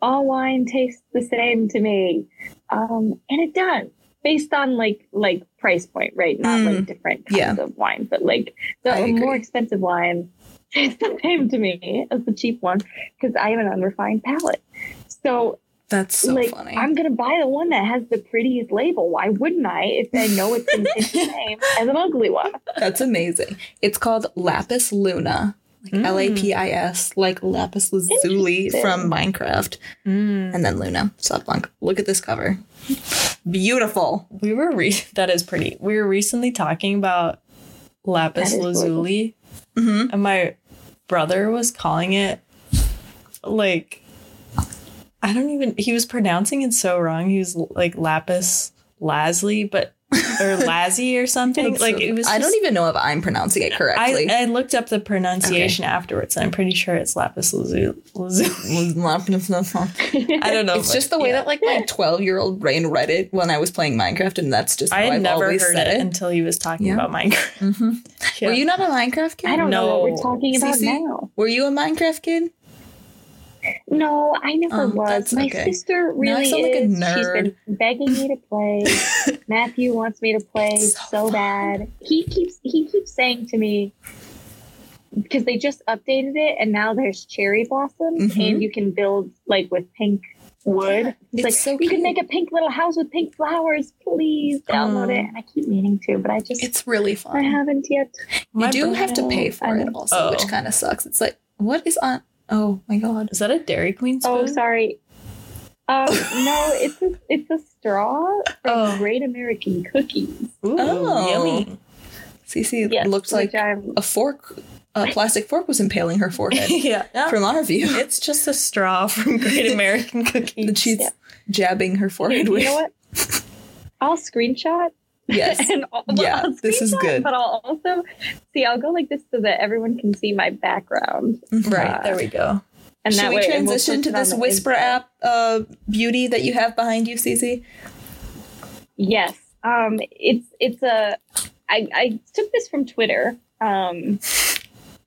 Speaker 1: all wine tastes the same to me, um, and it does based on like like price point, right? Not like different kinds of wine, but like the
Speaker 3: Hmm. I agree.
Speaker 1: more expensive wine tastes the same to me as the cheap one because I have an unrefined palate. So
Speaker 3: That's so
Speaker 1: like
Speaker 3: funny.
Speaker 1: I'm gonna buy the one that has the prettiest label. Why wouldn't I? If I know it's gonna taste the same as an ugly one.
Speaker 3: That's amazing. It's called Lapis Luna. Like
Speaker 2: Mm.
Speaker 3: L A P I S, like Lapis Lazuli
Speaker 1: Interesting.
Speaker 3: from Minecraft.
Speaker 2: Mm.
Speaker 3: And then Luna, Soft Blanc. Look at this cover. Beautiful.
Speaker 2: We were re- that is pretty. We were recently talking about lapis
Speaker 1: That is gorgeous.
Speaker 2: lazuli,
Speaker 3: hmm
Speaker 2: and my brother was calling it like I don't even. He was pronouncing it so wrong. He was like lapis Lasley, but or Lazzy or something. Like it was.
Speaker 3: I don't
Speaker 2: just-
Speaker 3: even know if I'm pronouncing it correctly.
Speaker 2: I, I looked up the pronunciation afterwards, and I'm pretty sure it's lapis lazuli. lazuli. I don't know.
Speaker 3: It's
Speaker 2: but
Speaker 3: just the way
Speaker 2: yeah.
Speaker 3: that like my 12 year old brain read it when I was playing Minecraft, and that's just how
Speaker 2: I had
Speaker 3: I've
Speaker 2: never
Speaker 3: always
Speaker 2: heard
Speaker 3: said
Speaker 2: it,
Speaker 3: it.
Speaker 2: until he was talking
Speaker 3: Yeah.
Speaker 2: about Minecraft.
Speaker 3: Mhm.
Speaker 2: Yeah.
Speaker 3: Were you not a Minecraft kid?
Speaker 1: I don't know what
Speaker 2: No.
Speaker 1: we're talking about
Speaker 3: Cece?
Speaker 1: now.
Speaker 3: Were you a Minecraft kid?
Speaker 1: No, I never
Speaker 3: Oh,
Speaker 1: was.
Speaker 3: that's
Speaker 1: My
Speaker 3: okay.
Speaker 1: sister
Speaker 3: Now I
Speaker 1: really
Speaker 3: sound like a
Speaker 1: is. She's
Speaker 3: nerd.
Speaker 1: been begging me to play. Matthew wants me to play
Speaker 3: It's
Speaker 1: so,
Speaker 3: so
Speaker 1: bad. He keeps he keeps saying to me because they just updated it and now there's cherry blossoms
Speaker 3: Mhm.
Speaker 1: and you can build like with pink wood. He's
Speaker 3: It's
Speaker 1: like,
Speaker 3: so
Speaker 1: you
Speaker 3: cute.
Speaker 1: can make a pink little house with pink flowers. Please download
Speaker 3: Aw.
Speaker 1: it. And I keep meaning to, but I just
Speaker 3: It's really
Speaker 1: I
Speaker 3: fun.
Speaker 1: haven't yet.
Speaker 2: My
Speaker 3: You do
Speaker 2: brother-
Speaker 3: have to pay for it
Speaker 1: I'm-
Speaker 3: also,
Speaker 2: Oh.
Speaker 3: which kind of sucks. It's like, what is on? Oh my god.
Speaker 2: Is that a Dairy Queen spoon?
Speaker 1: Oh, sorry. Um, no, it's a, it's a straw from
Speaker 2: Oh.
Speaker 1: Great American Cookies.
Speaker 2: Ooh,
Speaker 3: Oh.
Speaker 2: yummy.
Speaker 3: Cece
Speaker 1: Yes,
Speaker 3: looked like
Speaker 1: which I'm,
Speaker 3: a fork, a plastic fork was impaling her forehead
Speaker 2: yeah.
Speaker 3: from our view.
Speaker 2: It's just a straw from Great American Cookies.
Speaker 3: that she's
Speaker 1: Yeah.
Speaker 3: jabbing her forehead
Speaker 1: you
Speaker 3: with.
Speaker 1: know what? I'll screenshot.
Speaker 3: Yes.
Speaker 1: And I'll,
Speaker 3: Yeah,
Speaker 1: I'll
Speaker 3: this is
Speaker 1: screenshot,
Speaker 3: good.
Speaker 1: But I'll also see. I'll go like this so that everyone can see my background,
Speaker 2: Right, there we go.
Speaker 1: and
Speaker 3: Should
Speaker 1: that
Speaker 3: we
Speaker 1: way and we'll
Speaker 3: transition
Speaker 1: post
Speaker 3: to
Speaker 1: it on
Speaker 3: this
Speaker 1: the
Speaker 3: Whisper
Speaker 1: Insta.
Speaker 3: app uh, beauty that you have behind you, Cece?
Speaker 1: Yes. Um, it's it's a. I, I took this from Twitter, um,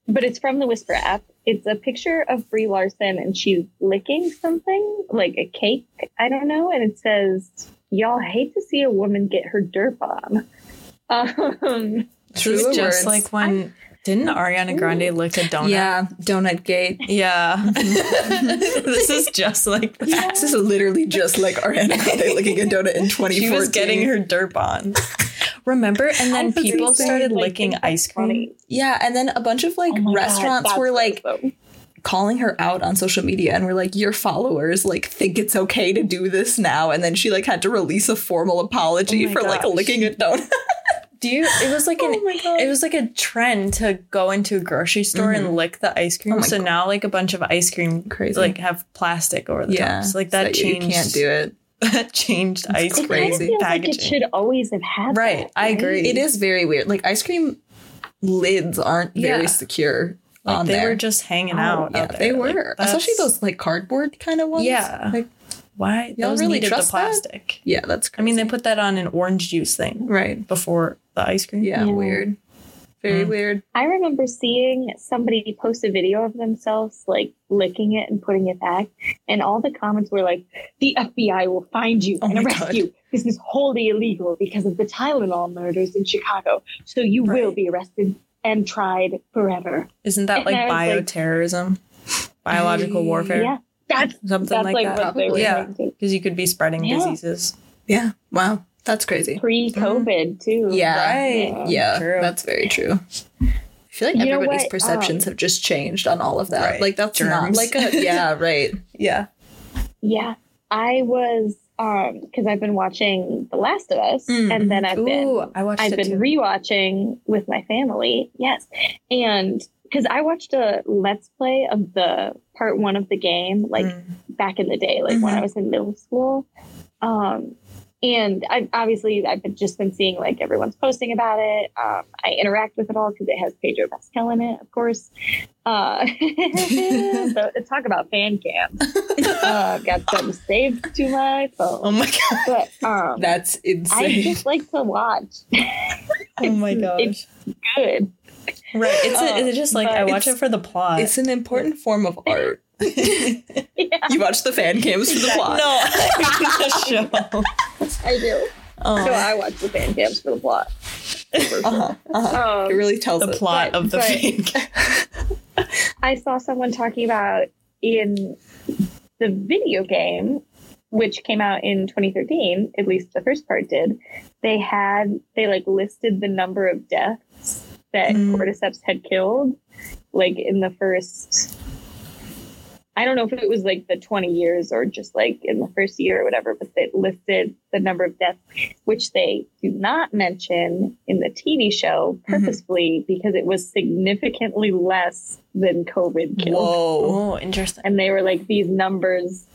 Speaker 1: but it's from the Whisper app. It's a picture of Brie Larson and she's licking something like a cake. I don't know, and it says, "Y'all hate to see a woman get her derp on." Um,
Speaker 2: This
Speaker 3: True
Speaker 2: is just
Speaker 3: words.
Speaker 2: like when didn't Ariana Grande lick a donut?
Speaker 3: Yeah, donut gate.
Speaker 2: Yeah. this is just like that.
Speaker 3: This is literally just like Ariana Grande licking a donut in 2014.
Speaker 2: She was getting her derp on. Remember?
Speaker 1: I
Speaker 2: And then
Speaker 1: was
Speaker 2: people
Speaker 1: insane,
Speaker 2: started
Speaker 1: like,
Speaker 2: licking
Speaker 1: think that's
Speaker 2: ice cream.
Speaker 1: funny.
Speaker 3: Yeah, and then a bunch of like
Speaker 1: Oh my God,
Speaker 3: restaurants
Speaker 1: that's
Speaker 3: were like
Speaker 1: awesome.
Speaker 3: calling her out on social media and were like, "Your followers like think it's okay to do this now," and then she like had to release a formal apology
Speaker 2: Oh my
Speaker 3: for like
Speaker 2: gosh.
Speaker 3: licking a donut.
Speaker 2: Do you it was like an
Speaker 3: Oh my god!
Speaker 2: it was like a trend to go into a grocery store and lick the ice cream.
Speaker 3: Oh my
Speaker 2: so
Speaker 3: God.
Speaker 2: now like a bunch of ice cream
Speaker 3: Crazy.
Speaker 2: like have plastic over the
Speaker 3: yeah,
Speaker 2: top. So like that
Speaker 3: so you-
Speaker 2: changed
Speaker 3: You can't do it.
Speaker 2: that changed ice
Speaker 1: It kind of
Speaker 2: cream
Speaker 3: crazy.
Speaker 1: feels like
Speaker 2: packaging.
Speaker 1: it should always have happened.
Speaker 2: Right, I agree.
Speaker 3: It is very weird. Like ice cream lids aren't very
Speaker 2: Yeah.
Speaker 3: secure
Speaker 2: Like,
Speaker 3: on
Speaker 2: they
Speaker 3: there.
Speaker 2: were just hanging
Speaker 1: Oh,
Speaker 2: out.
Speaker 3: yeah,
Speaker 2: out there.
Speaker 3: they
Speaker 2: Like,
Speaker 3: were.
Speaker 2: that's-
Speaker 3: Especially those like cardboard kind of ones.
Speaker 2: Yeah.
Speaker 3: Like,
Speaker 2: Why
Speaker 3: Y'all
Speaker 2: those
Speaker 3: really
Speaker 2: needed the
Speaker 3: trust that?
Speaker 2: plastic?
Speaker 3: yeah,
Speaker 2: I
Speaker 3: that's crazy.
Speaker 2: mean, they put that on an orange juice thing
Speaker 3: right.
Speaker 2: before the ice cream.
Speaker 3: Yeah,
Speaker 1: Yeah.
Speaker 3: weird. Very
Speaker 2: Mm.
Speaker 3: weird.
Speaker 1: I remember seeing somebody post a video of themselves like licking it and putting it back, and all the comments were like, "The FBI will find you
Speaker 3: Oh
Speaker 1: and
Speaker 3: my
Speaker 1: arrest
Speaker 3: God.
Speaker 1: you. This is wholly illegal because of the Tylenol murders in Chicago. So you
Speaker 2: Right.
Speaker 1: will be arrested and tried forever."
Speaker 2: Isn't that
Speaker 1: And
Speaker 2: like
Speaker 1: I was like-
Speaker 2: bioterrorism, biological
Speaker 3: I-
Speaker 2: warfare,
Speaker 1: Yeah, that's
Speaker 2: something
Speaker 1: that's
Speaker 2: like,
Speaker 1: like,
Speaker 2: that?
Speaker 1: what they were
Speaker 3: probably.
Speaker 2: Yeah,
Speaker 1: thinking.
Speaker 2: because you could be spreading
Speaker 1: Yeah.
Speaker 2: diseases.
Speaker 3: Yeah. Wow. That's crazy.
Speaker 1: pre-COVID too.
Speaker 3: Yeah.
Speaker 2: Right.
Speaker 3: Yeah.
Speaker 2: True.
Speaker 3: That's very true. I feel like
Speaker 1: Um, You know
Speaker 3: everybody's
Speaker 1: what? Um,
Speaker 3: perceptions have just changed on all of that.
Speaker 2: Right.
Speaker 3: Like that's not
Speaker 2: Germs.
Speaker 3: like a yeah, right.
Speaker 2: Yeah,
Speaker 1: Yeah, I was um because I've been watching The Last of Us,
Speaker 3: Mm.
Speaker 1: and then I've been
Speaker 2: Ooh, I watched
Speaker 1: I've
Speaker 2: it
Speaker 1: been
Speaker 2: too.
Speaker 1: rewatching with my family. Yes. And because I watched a let's play of the part one of the game, like
Speaker 2: Mm. Mm-hmm.
Speaker 1: back in the day, like when I was in middle school. Um, and I obviously I've been, just been seeing like everyone's posting about it. Um, I interact with it all because it has Pedro Pascal in it, of course. Uh, so talk about fan cam. Uh, got something saved to my
Speaker 2: Oh
Speaker 1: phone,
Speaker 2: my god!
Speaker 1: but um,
Speaker 3: That's
Speaker 1: I
Speaker 3: insane.
Speaker 1: just like to watch.
Speaker 2: Oh my
Speaker 1: It's-
Speaker 2: gosh!
Speaker 1: it's Good.
Speaker 2: right? It's, a,
Speaker 1: uh,
Speaker 2: it's just like I
Speaker 3: but
Speaker 2: watch it
Speaker 3: it's-
Speaker 2: for the plot.
Speaker 3: It's an important form of art.
Speaker 1: Yeah.
Speaker 3: You watch the fan cams for the plot.
Speaker 2: no, the show.
Speaker 1: I do. So
Speaker 2: Oh,
Speaker 1: I watch the fan cams for the plot.
Speaker 3: Uh-huh, uh-huh.
Speaker 1: Um,
Speaker 3: It really tells
Speaker 2: the
Speaker 3: it.
Speaker 2: plot
Speaker 1: But-
Speaker 2: of the
Speaker 1: but-
Speaker 2: fake.
Speaker 1: I saw someone talking about in the video game, which came out in 2013, at least the first part did. They had they like listed the number of deaths that
Speaker 2: Mm.
Speaker 1: cordyceps had killed, like in the first. I don't know if it was like the 20 years or just like in the first year or whatever, but they listed the number of deaths, which they do not mention in the TV show
Speaker 2: Mm-hmm.
Speaker 1: purposefully because it was significantly less than COVID killed.
Speaker 3: Whoa.
Speaker 2: Oh, interesting.
Speaker 1: And they were like, these numbers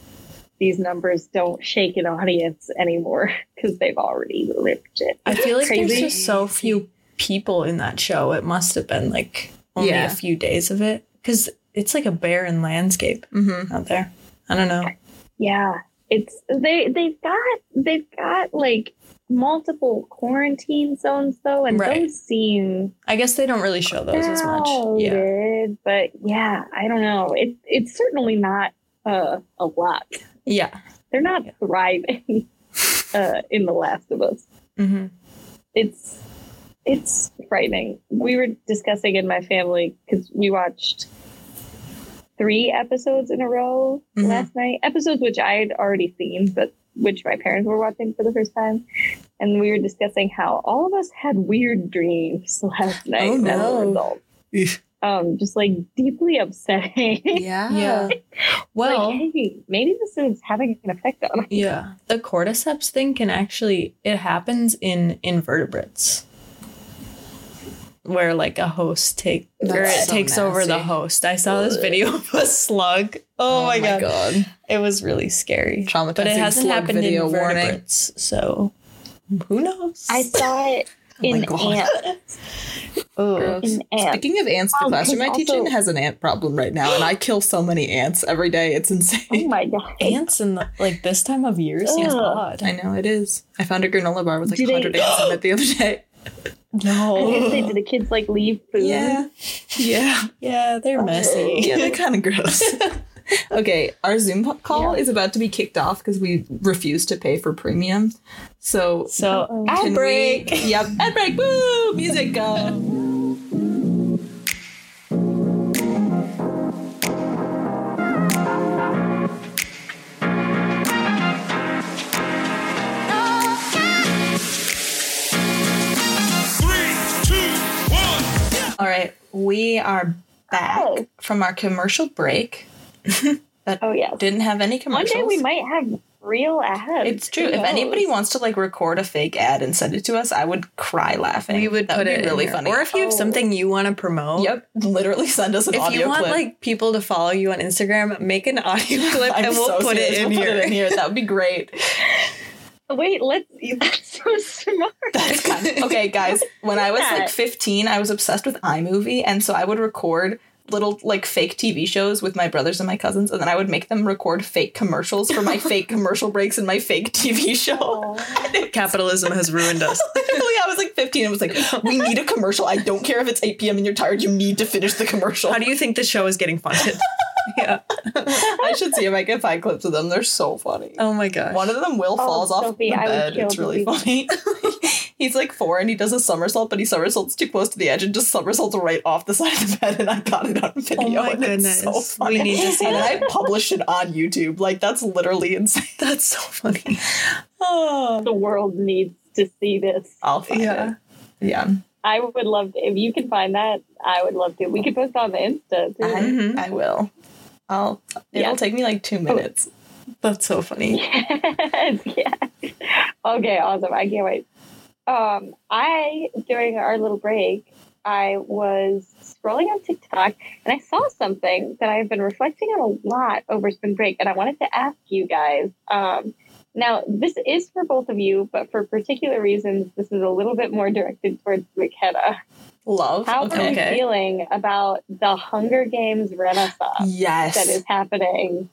Speaker 1: these numbers don't shake an audience anymore because they've already lived it.
Speaker 2: I feel like Crazy. there's just so few people in that show. It must have been like only yeah. a few days of it because it's like a barren landscape mm-hmm. out there. I don't know.
Speaker 1: Yeah, it's they they've got they've got like multiple quarantine zones though, and right. those seem
Speaker 2: I guess they don't really show those as much.
Speaker 1: Yeah, but yeah, I don't know. It it's certainly not uh, a lot.
Speaker 2: Yeah,
Speaker 1: they're not yeah. thriving uh, in The Last of Us. Mm-hmm. It's it's frightening. We were discussing in my family because we watched three episodes in a row mm-hmm. last night. Episodes which I had already seen, but which my parents were watching for the first time. And we were discussing how all of us had weird dreams last night oh, as no. a result. Eesh. Um, just like deeply upsetting.
Speaker 2: Yeah. yeah.
Speaker 1: Well, like, hey, maybe this is having an effect on. Us.
Speaker 2: Yeah. The cordyceps thing can actually it happens in invertebrates where like a host take That's or it so takes nasty. over the host. I saw this video of a slug. Oh, oh my, god. god. It was really scary. Traumatizing. But it hasn't happened video in vertebrates, warning. so who knows?
Speaker 1: I saw it in oh ants.
Speaker 3: oh. In Speaking of ants,
Speaker 1: Um,
Speaker 3: the oh, classroom I teach in has an ant problem right now, and I kill so many ants every day. It's insane. Oh
Speaker 1: my god!
Speaker 2: Ants in the, like this time of year seems odd.
Speaker 3: I know it is. I found a granola bar with like 100 they- ants in it the other day.
Speaker 2: No.
Speaker 1: I say, do the kids like leave food?
Speaker 3: Yeah. Yeah.
Speaker 2: Yeah, they're messy.
Speaker 3: yeah, they're kind of gross. okay, our Zoom call yeah. is about to be kicked off because we refuse to pay for premium. So,
Speaker 2: so
Speaker 3: ad break. We, yep, ad break. Woo! Music go. All right, we are back oh. from our commercial break. that
Speaker 1: oh yeah,
Speaker 3: didn't have any commercials.
Speaker 1: One day we might have real ads.
Speaker 3: It's true. If anybody wants to like record a fake ad and send it to us, I would cry laughing.
Speaker 2: We would that put would it
Speaker 3: really funny.
Speaker 2: Or if you have oh. something you want to promote,
Speaker 3: yep, literally send us an
Speaker 2: if
Speaker 3: audio clip.
Speaker 2: If you want
Speaker 3: clip.
Speaker 2: like people to follow you on Instagram, make an audio clip and we'll so put serious. it in
Speaker 3: we'll
Speaker 2: here.
Speaker 3: Put it in here. That would be great.
Speaker 1: Wait, let's. That's so smart.
Speaker 3: That's kind of, okay, guys. When I was like 15, I was obsessed with iMovie, and so I would record little like fake TV shows with my brothers and my cousins, and then I would make them record fake commercials for my fake commercial breaks and my fake TV show.
Speaker 2: Capitalism has ruined us.
Speaker 3: Literally, I was like 15 and was like, we need a commercial. I don't care if it's 8 p.m. and you're tired, you need to finish the commercial.
Speaker 2: How do you think the show is getting funded? yeah.
Speaker 3: I should see if I can find clips of them. They're so funny.
Speaker 2: Oh my gosh.
Speaker 3: One of them will falls oh, off Sophie, the bed. It's really funny. He's like four and he does a somersault, but he somersaults too close to the edge and just somersaults right off the side of the bed. And I got it on video.
Speaker 2: Oh my goodness.
Speaker 3: so funny.
Speaker 2: We need to see
Speaker 3: and
Speaker 2: that.
Speaker 3: I published it on YouTube. Like that's literally insane.
Speaker 2: That's so funny.
Speaker 1: Oh. The world needs to see this.
Speaker 3: I'll find yeah. it. Yeah.
Speaker 1: I would love to. If you can find that, I would love to. We could post on the Insta too.
Speaker 3: I, mm-hmm. I will. I'll. It'll yeah. take me like two minutes.
Speaker 2: Oh. That's so funny.
Speaker 1: Yes, yes. Okay, awesome. I can't wait. Um, I during our little break, I was scrolling on TikTok and I saw something that I've been reflecting on a lot over spring break, and I wanted to ask you guys. Um, now, this is for both of you, but for particular reasons, this is a little bit more directed towards McKenna.
Speaker 3: Love.
Speaker 1: How okay. are you okay. feeling about the Hunger Games renaissance
Speaker 3: yes.
Speaker 1: that is happening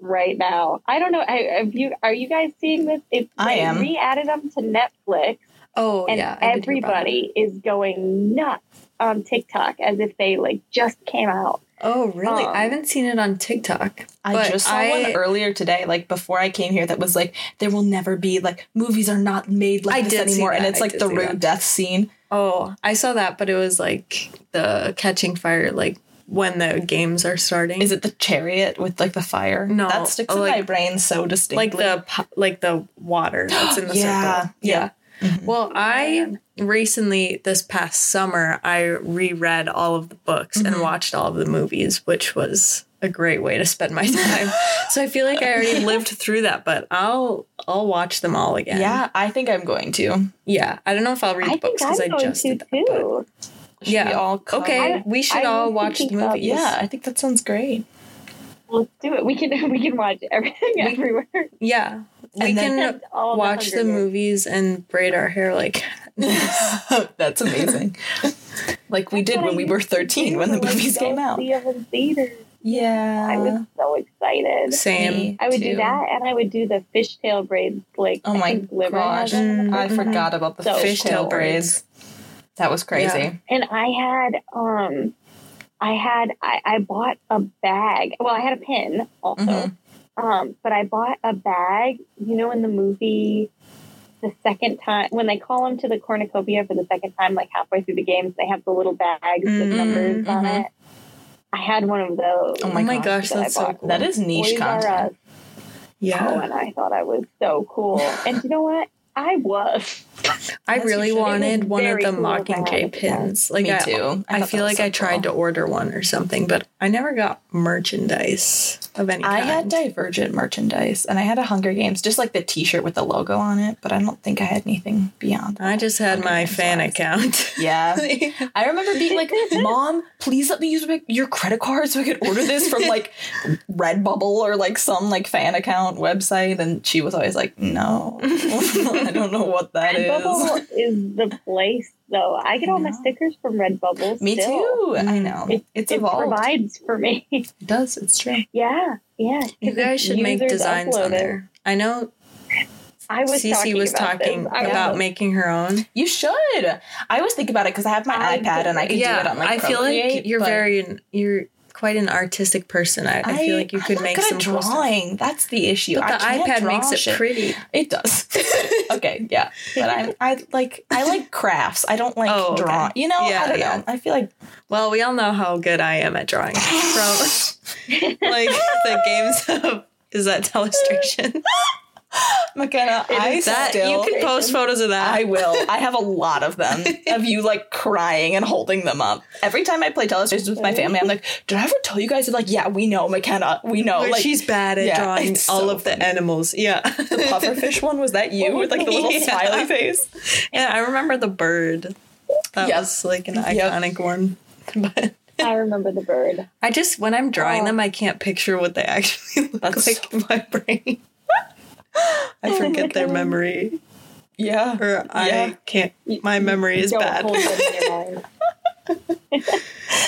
Speaker 1: right now? I don't know. I, you, are you guys seeing this? It's
Speaker 3: I am.
Speaker 1: re-added them to Netflix.
Speaker 3: Oh,
Speaker 1: and
Speaker 3: yeah.
Speaker 1: everybody is going nuts on TikTok as if they like just came out.
Speaker 2: Oh, really? Um, I haven't seen it on TikTok.
Speaker 3: I just saw I, one earlier today, like before I came here, that was like, there will never be like movies are not made like I this anymore, and it's I like the rude death scene.
Speaker 2: Oh, I saw that, but it was like the catching fire, like when the games are starting.
Speaker 3: Is it the chariot with like the fire?
Speaker 2: No,
Speaker 3: that sticks Oh, like, in my brain so distinctly.
Speaker 2: Like the like the water that's in the
Speaker 3: yeah,
Speaker 2: circle.
Speaker 3: Yeah. yeah.
Speaker 2: Mm-hmm. Well, I recently, this past summer, I reread all of the books mm-hmm. and watched all of the movies, which was a great way to spend my time. so I feel like I already lived through that, but I'll I'll watch them all again.
Speaker 3: Yeah, I think I'm going to.
Speaker 2: Yeah, I don't know if I'll read the I books because I just did that. Too.
Speaker 3: yeah.
Speaker 2: We okay, I, we should I all watch the movie.
Speaker 3: Yeah, I think that sounds great.
Speaker 1: Let's do it. We can we can watch everything everywhere.
Speaker 2: Yeah. We
Speaker 3: And then-
Speaker 2: can
Speaker 1: All the
Speaker 2: watch the
Speaker 1: Hunger Games.
Speaker 2: movies and braid our hair like
Speaker 3: That's amazing. like we did when we were 13 when the
Speaker 1: Like,
Speaker 3: movies
Speaker 1: go
Speaker 3: came out. Uh,
Speaker 1: See them in theaters.
Speaker 3: Yeah.
Speaker 1: I was so excited.
Speaker 2: same.
Speaker 1: I would do that, and I would do the fishtail braids. Like
Speaker 3: Oh
Speaker 1: I
Speaker 3: my
Speaker 1: think Liver
Speaker 3: gosh. Mm.
Speaker 1: has them.
Speaker 3: I forgot about the
Speaker 1: So
Speaker 3: fishtail
Speaker 2: cool.
Speaker 3: braids. That was crazy.
Speaker 2: Yeah.
Speaker 1: And I had um, I had I, I bought a bag. Well, I had a pin also,
Speaker 3: Mhm.
Speaker 1: um, but I bought a bag. You know, in the movie. The second time, when they call them to the cornucopia for the second time, like halfway through the games, they have the little bags with
Speaker 2: Mm,
Speaker 1: numbers on
Speaker 3: mhm.
Speaker 1: it. I had one of those.
Speaker 3: Oh
Speaker 2: Oh
Speaker 3: my
Speaker 2: my,
Speaker 3: God.
Speaker 2: gosh,
Speaker 1: That I
Speaker 2: that's so
Speaker 1: bought.
Speaker 2: cool.
Speaker 3: That is niche
Speaker 1: Boys R Us.
Speaker 3: content.
Speaker 1: Oh,
Speaker 2: yeah.
Speaker 1: and I thought I was so cool. And you know what? I was.
Speaker 2: I
Speaker 3: Yes, you
Speaker 2: really
Speaker 3: should. It was
Speaker 2: wanted one of
Speaker 1: very
Speaker 2: the
Speaker 1: cool
Speaker 2: Mockingjay
Speaker 1: bag.
Speaker 2: pins.
Speaker 4: uh,
Speaker 2: Like
Speaker 3: Me
Speaker 2: I,
Speaker 3: too.
Speaker 2: I,
Speaker 3: thought that
Speaker 2: feel
Speaker 3: was
Speaker 2: like
Speaker 3: so
Speaker 2: I tried to
Speaker 3: cool.
Speaker 2: order one or something, but I never got merchandise of any
Speaker 3: I
Speaker 2: kind.
Speaker 3: had
Speaker 4: Divergent merchandise, and I had a Hunger Games, just like the T-shirt with the logo on it. But I don't think I had anything beyond.
Speaker 2: I just had my fan account.
Speaker 3: Yeah.
Speaker 2: I
Speaker 4: I remember being like, "Mom, please let me use my, your credit card so I could order this from like
Speaker 3: Redbubble or like some like fan account website, and she was always like, "No, I don't know what that is."
Speaker 1: Redbubble is the place, though. I get all my
Speaker 3: Yeah.
Speaker 1: stickers from Redbubble.
Speaker 3: Me
Speaker 1: still.
Speaker 3: too. I
Speaker 2: Mm.
Speaker 3: know
Speaker 1: It-
Speaker 3: it's
Speaker 1: it
Speaker 3: evolved.
Speaker 1: provides for me.
Speaker 3: It does. It's true.
Speaker 1: yeah, yeah. 'cause
Speaker 2: you guys
Speaker 1: it's
Speaker 2: should make
Speaker 1: users
Speaker 2: designs on
Speaker 1: uploaded.
Speaker 2: there. I know
Speaker 1: I was
Speaker 2: Cece
Speaker 1: talking
Speaker 2: was
Speaker 1: about
Speaker 2: talking
Speaker 1: this.
Speaker 2: about,
Speaker 1: I was like,
Speaker 2: making her own.
Speaker 3: You should. I always think about it because I have my
Speaker 1: I-
Speaker 3: iPad and I can do it on like
Speaker 2: I feel like
Speaker 3: Procreate,
Speaker 2: you're
Speaker 3: but
Speaker 2: very you're quite an artistic person. I, I, feel like you
Speaker 3: I'm
Speaker 2: could
Speaker 3: not
Speaker 2: make
Speaker 3: good at
Speaker 2: some cool stuff.
Speaker 3: drawing. That's the issue.
Speaker 2: But
Speaker 3: I
Speaker 2: the
Speaker 3: can't
Speaker 2: iPad
Speaker 3: draw
Speaker 2: makes it
Speaker 3: shit.
Speaker 2: pretty.
Speaker 3: It does. okay, yeah. But I'm I like I like crafts. I don't like
Speaker 2: Oh, okay.
Speaker 3: draw. You know,
Speaker 2: Yeah,
Speaker 3: I don't
Speaker 2: yeah.
Speaker 3: know. I feel like
Speaker 2: Well, we all know how good I am at drawing from like the games of is that telestration?
Speaker 3: McKenna, I
Speaker 2: that
Speaker 3: still
Speaker 2: you can post photos of
Speaker 1: Uh,
Speaker 2: that.
Speaker 3: I will. I have a lot of them of you like crying and holding them up. Every time I play telestrations with my family, I'm like, did I ever tell you guys? They're like, yeah, we know, McKenna. We know.
Speaker 2: Where
Speaker 3: like
Speaker 2: she's bad at
Speaker 3: yeah,
Speaker 2: drawing
Speaker 3: it's
Speaker 2: all
Speaker 3: so
Speaker 2: of the animals. Yeah.
Speaker 3: the pufferfish one, was that you with like the little
Speaker 2: Yeah.
Speaker 3: smiley face?
Speaker 2: yeah, I remember the bird. That
Speaker 3: Yep.
Speaker 2: was like an
Speaker 3: Yep.
Speaker 2: iconic one. But
Speaker 1: I remember the bird.
Speaker 2: I just when I'm drawing
Speaker 1: Oh.
Speaker 2: them, I can't picture what they actually look
Speaker 3: That's
Speaker 2: like in my brain. I
Speaker 1: Oh my
Speaker 2: forget their
Speaker 1: God.
Speaker 2: memory,
Speaker 3: Yeah.
Speaker 2: or
Speaker 3: Yeah.
Speaker 2: I can't.
Speaker 1: You-
Speaker 2: My memory is
Speaker 1: Don't
Speaker 2: bad.
Speaker 1: hold it in your mind.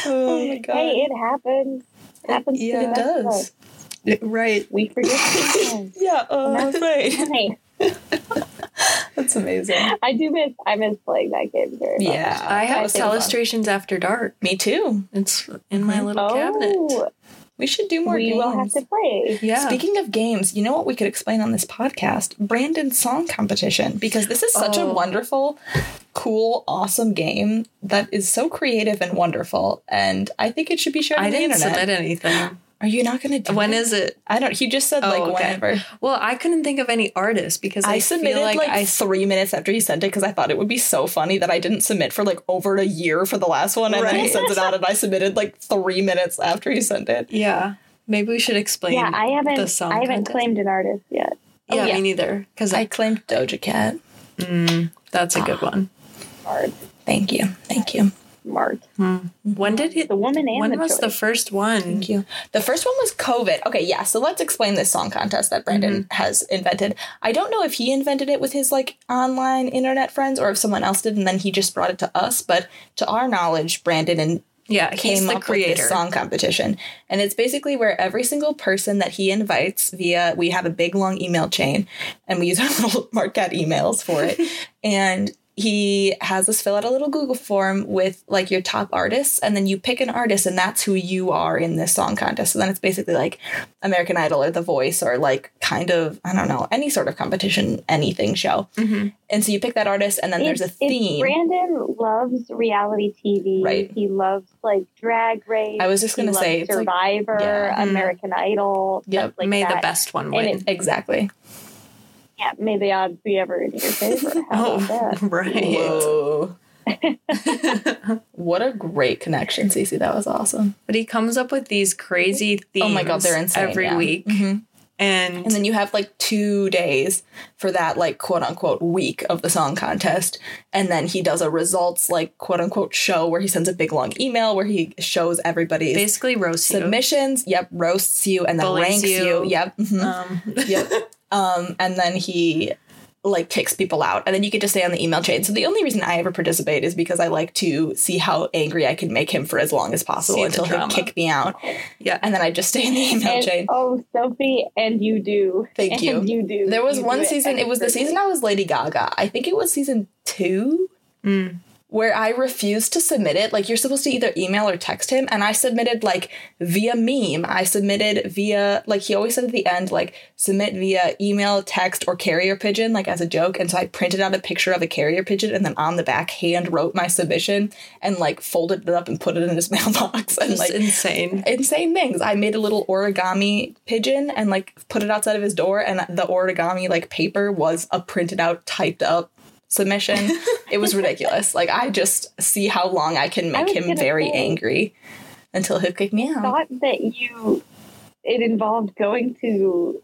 Speaker 3: Oh my god.
Speaker 1: Hey, it happens. It happens. to the
Speaker 2: Yeah,
Speaker 1: best of
Speaker 3: does.
Speaker 1: us.
Speaker 2: Yeah, Right.
Speaker 1: We forget. sometimes.
Speaker 3: Yeah, uh,
Speaker 1: That's-
Speaker 3: right.
Speaker 1: Hey,
Speaker 3: That's amazing.
Speaker 1: I do miss. I miss playing that game very much.
Speaker 3: Yeah.
Speaker 2: I have
Speaker 1: think about it.
Speaker 2: Telestrations After Dark.
Speaker 3: Me too.
Speaker 2: It's in my little cabinet.
Speaker 1: Oh,
Speaker 3: We should do more
Speaker 1: we
Speaker 3: games.
Speaker 1: will have to play.
Speaker 2: Yeah.
Speaker 3: Speaking of games, you know what we could explain on this podcast? Brandon's song competition, because this is such
Speaker 2: Oh.
Speaker 3: a wonderful, cool, awesome game that is so creative and wonderful. And I think it should be shared
Speaker 2: I
Speaker 3: on the
Speaker 2: didn't
Speaker 3: internet.
Speaker 2: submit anything.
Speaker 3: Are you not going to do
Speaker 2: when
Speaker 3: it?
Speaker 2: is it?
Speaker 3: I don't. He just said
Speaker 2: Oh,
Speaker 3: like
Speaker 2: okay.
Speaker 3: whenever.
Speaker 2: Well, I couldn't think of any artist because I,
Speaker 3: I submitted
Speaker 2: feel
Speaker 3: like,
Speaker 2: like, I
Speaker 3: three minutes after he sent it because I thought it would be so funny that I didn't submit for like over a year for the last one, and then he
Speaker 2: Right.
Speaker 3: sends it out, and I submitted like three minutes after he sent it.
Speaker 2: yeah. Maybe we should explain.
Speaker 1: Yeah, I haven't.
Speaker 2: The song
Speaker 1: I haven't
Speaker 2: contest.
Speaker 1: claimed an artist yet. oh,
Speaker 2: yeah,
Speaker 1: yeah.
Speaker 2: me neither. Because
Speaker 3: I claimed Doja Cat.
Speaker 2: Mm, that's a good one.
Speaker 1: Smart,
Speaker 3: Thank you, thank you,
Speaker 1: smart.
Speaker 2: When did it?
Speaker 1: The woman and
Speaker 2: When
Speaker 1: the
Speaker 2: was
Speaker 1: choice.
Speaker 2: the first one?
Speaker 3: thank you. The first one was COVID. Okay, yeah. So let's explain this song contest that Brandon has invented. I don't know if he invented it with his like online internet friends or if someone else did, and then he just brought it to us. But to our knowledge, Brandon and
Speaker 2: Yeah,
Speaker 3: came
Speaker 2: he's the
Speaker 3: up with
Speaker 2: creator.
Speaker 3: this song competition. And it's basically where every single person that he invites via we have a big long email chain and we use our little Marquette emails for it. and he has us fill out a little Google form with like your top artists, and then you pick an artist, and that's who you are in this song contest. So then it's basically like American Idol or The Voice or like kind of, I don't know, any sort of competition, anything show.
Speaker 2: Mhm.
Speaker 3: And so you pick that artist, and then
Speaker 1: If-
Speaker 3: there's a
Speaker 1: if
Speaker 3: theme.
Speaker 1: Brandon loves reality TV.
Speaker 3: Right.
Speaker 1: He loves like Drag Race.
Speaker 3: I was just
Speaker 1: he
Speaker 3: gonna
Speaker 1: loves
Speaker 3: say, it's like-
Speaker 1: Survivor,
Speaker 3: yeah. mm-hmm.
Speaker 1: American Idol.
Speaker 3: Yep,
Speaker 1: stuff Like
Speaker 2: May
Speaker 1: that.
Speaker 2: the best one
Speaker 1: And
Speaker 2: win.
Speaker 1: it-
Speaker 3: exactly.
Speaker 1: Yeah, may the odds be ever in your favor. How about
Speaker 2: oh,
Speaker 1: that?
Speaker 2: right.
Speaker 3: Whoa. what a great connection, Cece. That was awesome.
Speaker 2: But he comes up with these crazy themes.
Speaker 3: Oh my god, they're insane.
Speaker 2: every
Speaker 3: yeah.
Speaker 2: week,
Speaker 3: Mhm.
Speaker 2: And,
Speaker 3: And then you have like two days for that, like, quote unquote, week of the song contest. And then he does a results, like, quote unquote, show where he sends a big long email where he shows everybody's
Speaker 2: basically roast you.
Speaker 3: submissions. Yep. Roasts you and then
Speaker 2: Bullies
Speaker 3: ranks
Speaker 2: you.
Speaker 3: you. Yep. mhm,
Speaker 2: Um,
Speaker 3: yep. um, and then he like kicks people out and then you get to stay on the email chain so the only reason i ever participate is because i like to see how angry i can make him for as long as possible
Speaker 2: See the
Speaker 3: until he'll
Speaker 2: drama.
Speaker 3: kick me out
Speaker 2: yeah.
Speaker 3: and then i just stay in the email
Speaker 1: And-
Speaker 3: chain
Speaker 1: oh, Sophie, and you do.
Speaker 3: Thank
Speaker 1: and
Speaker 3: you.
Speaker 1: You do.
Speaker 3: There was
Speaker 1: You do
Speaker 3: one season, it was the
Speaker 1: expertly.
Speaker 3: season I was Lady Gaga. I think it was season two,
Speaker 2: Mm.
Speaker 3: where I refused to submit it. Like, you're supposed to either email or text him. And I submitted, like, via meme. I submitted via, like, he always said at the end, like, submit via email, text, or carrier pigeon, like, as a joke. And so I printed out a picture of a carrier pigeon and then on the back, hand wrote my submission and, like, folded it up and put it in his mailbox. And,
Speaker 2: Just
Speaker 3: like,
Speaker 2: insane.
Speaker 3: insane things. I made a little origami pigeon and like put it outside of his door, and the origami like paper was a printed out, typed up submission. it was ridiculous. Like I just see how long I can
Speaker 1: I
Speaker 3: make
Speaker 1: was
Speaker 3: him
Speaker 1: gonna
Speaker 3: very
Speaker 1: say-
Speaker 3: angry until he'll kick me out.
Speaker 1: thought that you it involved going to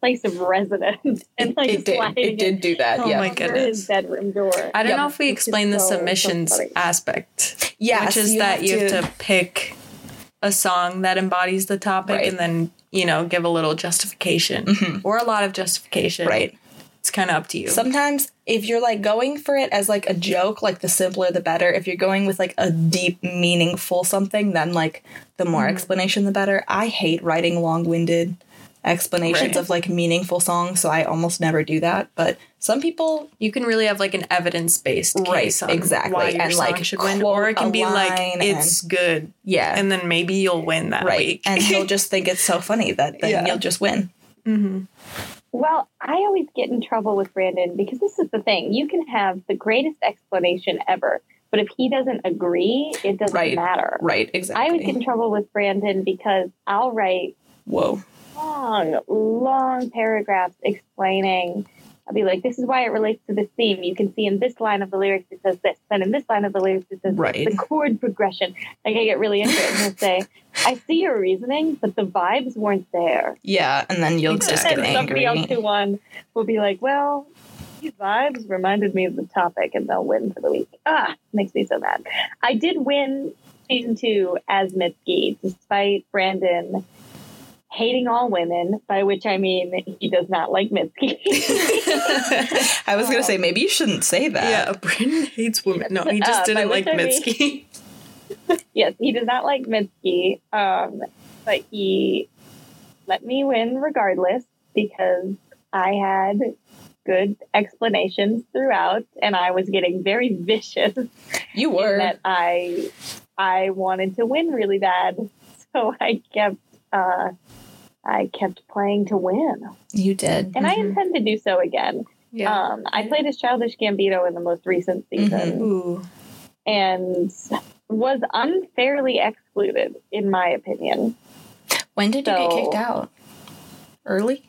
Speaker 1: place of residence and like
Speaker 3: it did.
Speaker 1: sliding
Speaker 3: It did do that.
Speaker 2: Oh
Speaker 3: yeah.
Speaker 2: my
Speaker 1: over
Speaker 2: goodness.
Speaker 1: his bedroom door.
Speaker 2: I don't
Speaker 3: Yep.
Speaker 2: know if we
Speaker 1: Which is
Speaker 2: explained the
Speaker 1: so- so
Speaker 2: submissions
Speaker 1: funny.
Speaker 2: aspect,
Speaker 3: Yes,
Speaker 2: which is that you have to pick a song that embodies the topic
Speaker 3: Right.
Speaker 2: and
Speaker 3: Mm-hmm.
Speaker 2: then, you know, give a little justification or a lot of justification.
Speaker 3: right.
Speaker 2: It's kind of up to you.
Speaker 3: Sometimes if you're like going for it as like a joke, like the simpler the better. If you're going with like a deep, meaningful something, then like the more
Speaker 2: Mm-hmm.
Speaker 3: explanation the better. I hate writing long-winded explanations
Speaker 2: Right.
Speaker 3: of like meaningful songs, so I almost never do that. But some people
Speaker 2: you can really have like an evidence based
Speaker 3: Right,
Speaker 2: case on
Speaker 3: exactly.
Speaker 2: why your
Speaker 3: And,
Speaker 2: song
Speaker 3: like,
Speaker 2: should win,
Speaker 3: quote
Speaker 2: or it can
Speaker 3: a
Speaker 2: be like
Speaker 3: line
Speaker 2: it's good,
Speaker 3: yeah.
Speaker 2: and then maybe you'll win that
Speaker 3: right.
Speaker 2: week.
Speaker 3: and you'll just think it's so funny that then
Speaker 2: Yeah.
Speaker 3: you'll just win.
Speaker 2: hmm
Speaker 1: Well, I always get in trouble with Brandon because this is the thing. You can have the greatest explanation ever, but if he doesn't agree, it doesn't
Speaker 3: Right.
Speaker 1: matter.
Speaker 3: Right,
Speaker 1: I
Speaker 3: exactly.
Speaker 1: always get in trouble with Brandon because I'll write
Speaker 3: Whoa.
Speaker 1: long, long paragraphs explaining. I'll be like, this is why it relates to this theme. You can see in this line of the lyrics it says this, then in this line of the lyrics it says this.
Speaker 3: Right.
Speaker 1: the chord progression. Like I get really into it and he'll say, I see your reasoning, but the vibes weren't there.
Speaker 3: Yeah, and then you'll just get
Speaker 1: And somebody
Speaker 3: angry.
Speaker 1: else who won will be like, well, these vibes reminded me of the topic and they'll win for the week. Ah, makes me so mad. I did win season two as Mitski, despite Brandon hating all women, by which I mean he does not like Mitski.
Speaker 3: I was gonna say maybe you shouldn't say that.
Speaker 2: yeah, Brandon hates women. No, he just
Speaker 1: Uh, by
Speaker 2: didn't like
Speaker 1: which I mean-
Speaker 2: Mitski.
Speaker 1: yes, he does not like Mitski, um, but he let me win regardless because I had good explanations throughout, and I was getting very vicious
Speaker 3: You
Speaker 1: in
Speaker 3: were.
Speaker 1: that I I wanted to win really bad, so I kept uh, I kept playing to win,
Speaker 3: You did.
Speaker 1: and I intend to do so again.
Speaker 2: Mm-hmm. Yeah. Mm-hmm.
Speaker 1: Um, I played as Childish Gambito in the most recent season
Speaker 3: Um,
Speaker 2: Ooh.
Speaker 1: and was unfairly excluded, in my opinion.
Speaker 3: When did you get
Speaker 1: So-
Speaker 3: kicked out? Early?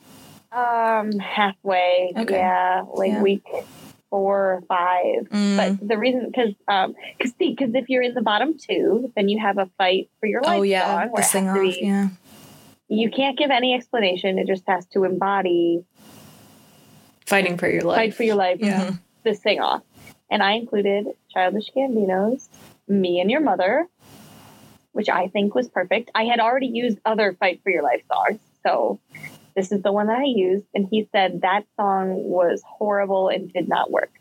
Speaker 1: Um, halfway,
Speaker 3: Okay.
Speaker 1: yeah, like
Speaker 3: Yeah. Mm-hmm.
Speaker 1: week four or five.
Speaker 3: Mm,
Speaker 1: But the reason, because um, because see, because if you're in the bottom two, then you have a fight for your life
Speaker 3: oh yeah,
Speaker 1: song.
Speaker 3: the
Speaker 1: where it has
Speaker 3: sing
Speaker 1: to
Speaker 3: off.
Speaker 1: be-
Speaker 3: Yeah,
Speaker 1: You can't give any explanation; it just has to embody
Speaker 2: Fighting for your life.
Speaker 1: fight for your life.
Speaker 2: Yeah.
Speaker 3: Mhm.
Speaker 1: The sing off, and I included Childish Gambino's "Me and Your Mother," which I think was perfect. I had already used other fight for your life songs, so this is the one that I used. And he said that song was horrible and did not work,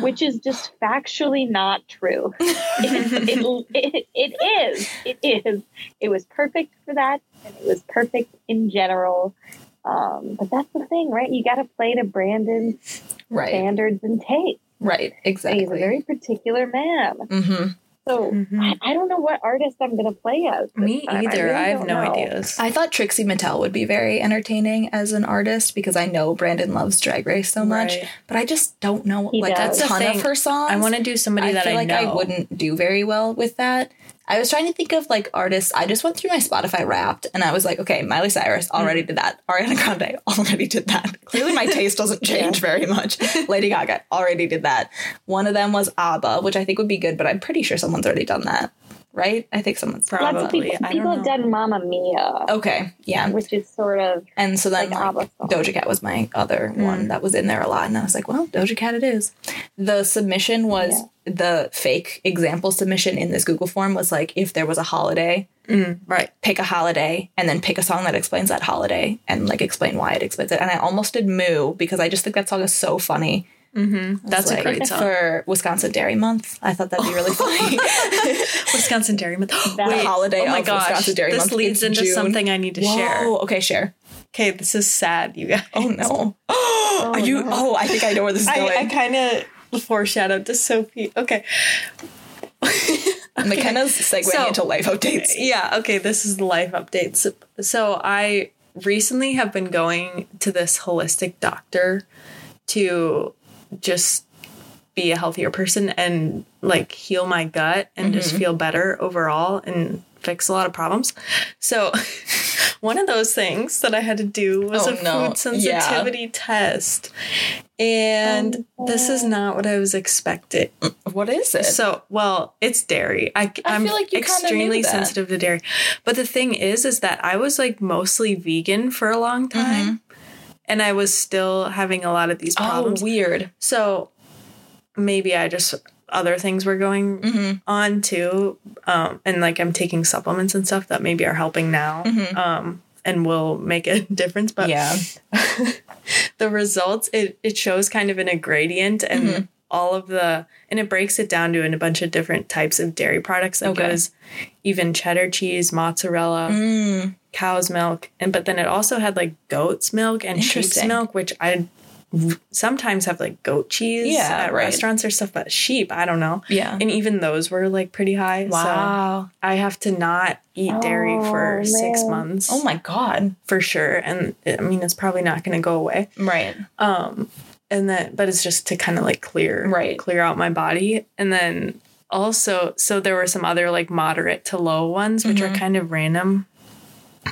Speaker 1: which is just factually not true. it, it, it, it is. It is. It was perfect for that, and it was perfect in general. Um, but that's the thing, right? You got to play to Brandon's
Speaker 3: Right.
Speaker 1: standards and taste. And
Speaker 3: Right. Exactly.
Speaker 1: He's a very particular man.
Speaker 3: mm-hmm.
Speaker 1: So
Speaker 2: Mhm.
Speaker 1: I, I don't know what artist I'm going to play as. this
Speaker 2: Me
Speaker 1: time.
Speaker 2: either. I,
Speaker 1: really
Speaker 2: have
Speaker 1: don't
Speaker 2: no
Speaker 1: know.
Speaker 2: ideas.
Speaker 3: I thought Trixie Mattel would be very entertaining as an artist because I know Brandon loves Drag Race so much,
Speaker 2: Right.
Speaker 3: but I just don't know
Speaker 1: He
Speaker 3: like
Speaker 1: does.
Speaker 2: That's
Speaker 3: a
Speaker 2: the
Speaker 3: ton
Speaker 2: thing.
Speaker 3: of her songs.
Speaker 2: I want to do somebody
Speaker 3: I
Speaker 2: that
Speaker 3: feel
Speaker 2: I
Speaker 3: like
Speaker 2: know.
Speaker 3: I wouldn't do very well with that. I was trying to think of like artists. I just went through my Spotify Wrapped, and I was like, okay, Miley Cyrus
Speaker 2: Mm-hmm.
Speaker 3: already did that. Ariana Grande already did that. Clearly, my taste doesn't change very much. Lady Gaga already did that. One of them was ABBA, which I think would be good, but I'm pretty sure someone's already done that. right? I think someone's
Speaker 1: Lots of
Speaker 2: Probably.
Speaker 1: people,
Speaker 2: I
Speaker 1: people
Speaker 2: don't
Speaker 1: have
Speaker 2: know. Oh,
Speaker 1: done Mamma Mia,
Speaker 3: Okay, yeah.
Speaker 1: which is sort of
Speaker 3: And so then
Speaker 1: like
Speaker 3: like,
Speaker 1: ABBA song.
Speaker 3: Doja Cat was my other
Speaker 2: Mm.
Speaker 3: one that was in there a lot, and I was like, well, Doja Cat it is. The submission was the fake example submission in this Google form was like if there was a holiday,
Speaker 2: Mm, right.
Speaker 3: pick a holiday and then pick a song that explains that holiday and like explain why it explains it. And I almost did Moo because I just think that song is so funny.
Speaker 2: Mm-hmm. That's
Speaker 3: Like,
Speaker 2: a great song.
Speaker 3: For Wisconsin Dairy Month, I thought that'd be really funny.
Speaker 2: Wisconsin Dairy Month.
Speaker 1: That
Speaker 2: Wait,
Speaker 3: holiday
Speaker 2: Oh my
Speaker 3: of
Speaker 2: gosh.
Speaker 3: Wisconsin Dairy
Speaker 2: this
Speaker 3: Month.
Speaker 2: leads
Speaker 3: It's
Speaker 2: into
Speaker 3: June.
Speaker 2: something I need to share.
Speaker 3: Whoa, okay, share.
Speaker 2: Okay, this is sad, you guys.
Speaker 3: Oh no. Are you
Speaker 1: no.
Speaker 3: oh I think I know where this is going.
Speaker 2: I, I kind of foreshadowed to Sophie. Okay.
Speaker 3: McKenna's segueing
Speaker 2: So-
Speaker 3: into life updates.
Speaker 2: Yeah, okay, this is the life updates. So I recently have been going to this holistic doctor to just be a healthier person and like heal my gut and
Speaker 3: Mm-hmm.
Speaker 2: just feel better overall and fix a lot of problems. So one of those things that I had to do was
Speaker 3: Oh,
Speaker 2: a
Speaker 3: no.
Speaker 2: food
Speaker 3: Yeah.
Speaker 2: sensitivity test. And
Speaker 3: Oh,
Speaker 2: this is not what I was expecting.
Speaker 3: What is it?
Speaker 2: So, well, it's dairy. I,
Speaker 3: I
Speaker 2: am
Speaker 3: feel like you kinda knew
Speaker 2: extremely
Speaker 3: that.
Speaker 2: sensitive to dairy. But the thing is, is that I was like mostly vegan for a long
Speaker 3: Mm-hmm.
Speaker 2: time. And I was still having a lot of
Speaker 3: Oh,
Speaker 2: these problems.
Speaker 3: weird.
Speaker 2: so maybe I just, other things were going
Speaker 3: Mhm.
Speaker 2: on too. Um, and like I'm taking supplements and stuff that maybe are helping now um, and will make a difference. But
Speaker 3: Mm-hmm. yeah.
Speaker 2: the results it, it shows kind of in a gradient and
Speaker 3: Mm-hmm.
Speaker 2: all of the and it breaks it down to in a bunch of different types of dairy products like
Speaker 3: Okay.
Speaker 2: it was even cheddar cheese mozzarella
Speaker 3: Mm.
Speaker 2: cow's milk and but then it also had like goat's milk and sheep's
Speaker 3: Interesting.
Speaker 2: milk which i sometimes have like goat cheese
Speaker 3: Yeah,
Speaker 2: at
Speaker 3: right.
Speaker 2: restaurants or stuff but sheep i don't know
Speaker 3: Yeah.
Speaker 2: and even those were like pretty high so i have to not eat dairy for
Speaker 1: Oh,
Speaker 2: six
Speaker 1: man.
Speaker 2: months
Speaker 3: oh my god.
Speaker 2: for sure and i mean it's probably not going to go away
Speaker 3: Right.
Speaker 2: um and then but it's just to kind of like clear
Speaker 3: Right.
Speaker 2: clear out my body and then also so there were some other like moderate to low ones which
Speaker 3: Mm-hmm.
Speaker 2: are kind of random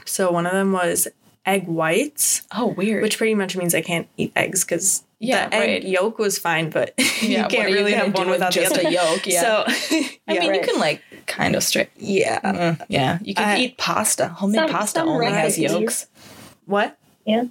Speaker 2: so one of them was egg whites
Speaker 3: Oh weird.
Speaker 2: which pretty much means i can't eat eggs because
Speaker 3: Yeah,
Speaker 2: the egg
Speaker 3: right.
Speaker 2: yolk was fine but
Speaker 3: yeah,
Speaker 2: you
Speaker 3: what are
Speaker 2: can't really
Speaker 3: gonna
Speaker 2: have one
Speaker 3: do with
Speaker 2: without the
Speaker 3: just
Speaker 2: other
Speaker 3: a yolk. Yeah.
Speaker 2: so
Speaker 3: I mean, you
Speaker 1: right.
Speaker 3: can like kind of strip.
Speaker 2: yeah
Speaker 3: Mm, yeah, you can
Speaker 2: uh, I-
Speaker 3: eat pasta. Homemade
Speaker 1: Some-
Speaker 3: pasta
Speaker 1: some
Speaker 3: only has
Speaker 1: recipes.
Speaker 3: yolks.
Speaker 2: what
Speaker 1: Yeah.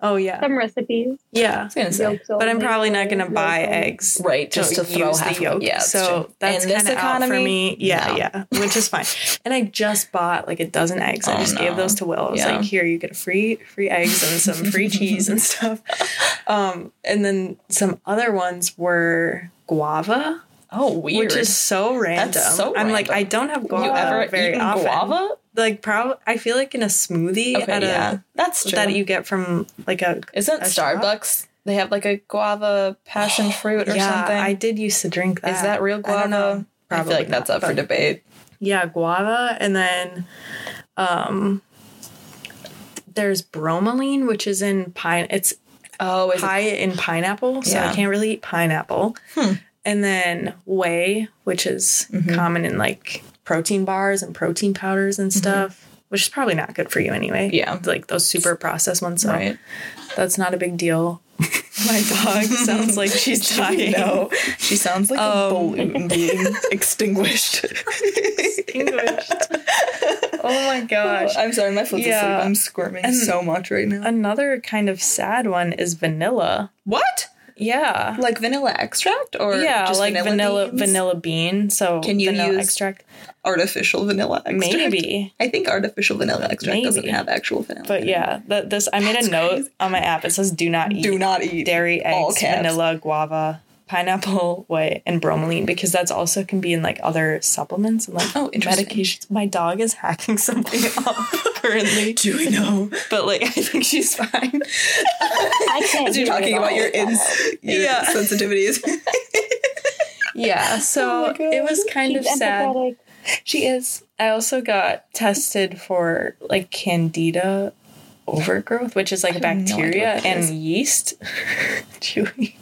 Speaker 2: oh yeah
Speaker 1: some recipes.
Speaker 2: yeah
Speaker 3: I was gonna say.
Speaker 1: yolks
Speaker 2: but i'm
Speaker 1: only,
Speaker 2: probably not gonna
Speaker 1: yolks
Speaker 2: buy
Speaker 1: only.
Speaker 2: eggs
Speaker 3: Right, just to throw
Speaker 2: use
Speaker 3: half of
Speaker 2: the yolk.
Speaker 3: it. Yeah,
Speaker 2: so that's
Speaker 3: In this
Speaker 2: kind of out for
Speaker 3: economy,
Speaker 2: me. Yeah,
Speaker 3: no.
Speaker 2: yeah, which is fine. And I just bought like a dozen eggs. I
Speaker 3: Oh,
Speaker 2: just
Speaker 3: no.
Speaker 2: gave those to Will. I was
Speaker 3: Yeah.
Speaker 2: like, "Here, you get a free free eggs and some free cheese and stuff." Um, and then some other ones were guava,
Speaker 3: Oh, weird.
Speaker 2: which is so random.
Speaker 3: so
Speaker 2: I'm like,
Speaker 3: random.
Speaker 2: I don't have
Speaker 3: you
Speaker 2: guava
Speaker 3: ever
Speaker 2: very
Speaker 3: eaten
Speaker 2: often.
Speaker 3: guava?
Speaker 2: Like, probably I feel like in a smoothie
Speaker 3: Okay,
Speaker 2: at
Speaker 3: yeah,
Speaker 2: a
Speaker 3: that's true.
Speaker 2: that you get from like a
Speaker 3: Isn't
Speaker 2: a shop?
Speaker 3: Starbucks? They have like a guava passion fruit or
Speaker 2: yeah.
Speaker 3: something.
Speaker 2: I did used to drink that.
Speaker 3: Is that real
Speaker 2: I don't know.
Speaker 3: guava? I feel like
Speaker 2: Probably
Speaker 3: that's
Speaker 2: not,
Speaker 3: up for
Speaker 2: but-
Speaker 3: debate.
Speaker 2: Yeah, guava, and then um, there's bromelain, which is in pine. It's
Speaker 3: Oh, is it-
Speaker 2: high in pineapple, so
Speaker 3: Yeah.
Speaker 2: I can't really eat pineapple.
Speaker 3: Hmm.
Speaker 2: And then whey, which is
Speaker 3: Mhm.
Speaker 2: common in like protein bars and protein powders and stuff, which is probably not good for you anyway.
Speaker 3: Mm-hmm. Yeah.
Speaker 2: like those super processed ones. So
Speaker 3: right.
Speaker 2: that's not a big deal. My dog sounds like she's dying.
Speaker 3: No, she sounds like a balloon being extinguished.
Speaker 2: Extinguished. oh my gosh.
Speaker 3: I'm sorry, my foot's
Speaker 2: Yeah.
Speaker 3: asleep. I'm squirming
Speaker 2: And-
Speaker 3: so much right now.
Speaker 2: Another kind of sad one is vanilla.
Speaker 3: what?
Speaker 2: Yeah.
Speaker 3: Like vanilla extract or
Speaker 2: yeah,
Speaker 3: just
Speaker 2: like vanilla
Speaker 3: beans?
Speaker 2: vanilla bean. So
Speaker 3: Can you
Speaker 2: vanilla
Speaker 3: use
Speaker 2: extract?
Speaker 3: artificial vanilla extract?
Speaker 2: Maybe.
Speaker 3: I think artificial vanilla extract doesn't
Speaker 2: Maybe.
Speaker 3: have actual vanilla.
Speaker 2: But
Speaker 3: in it.
Speaker 2: yeah, that this I made a note on my app. It says do not eat
Speaker 3: do not eat
Speaker 2: dairy,
Speaker 3: all
Speaker 2: eggs,
Speaker 3: caps.
Speaker 2: vanilla, guava, pineapple, whey, and bromelain because that's also can be in like other supplements and like
Speaker 3: Oh, interesting.
Speaker 2: medications. My dog is hacking something up currently.
Speaker 3: Do we know?
Speaker 2: But like I think she's fine.
Speaker 1: I can't.
Speaker 3: You're
Speaker 1: do it
Speaker 3: talking
Speaker 1: all
Speaker 3: about your
Speaker 1: without
Speaker 3: ins, your
Speaker 2: Yeah.
Speaker 3: sensitivities.
Speaker 2: Yeah, so
Speaker 3: my
Speaker 2: it was kind
Speaker 1: She's
Speaker 2: of sad.
Speaker 1: empathetic.
Speaker 2: She is. I also got tested for like candida overgrowth, which is like
Speaker 3: have no idea what
Speaker 2: bacteria
Speaker 3: that
Speaker 2: and
Speaker 3: is.
Speaker 2: yeast. Chewy.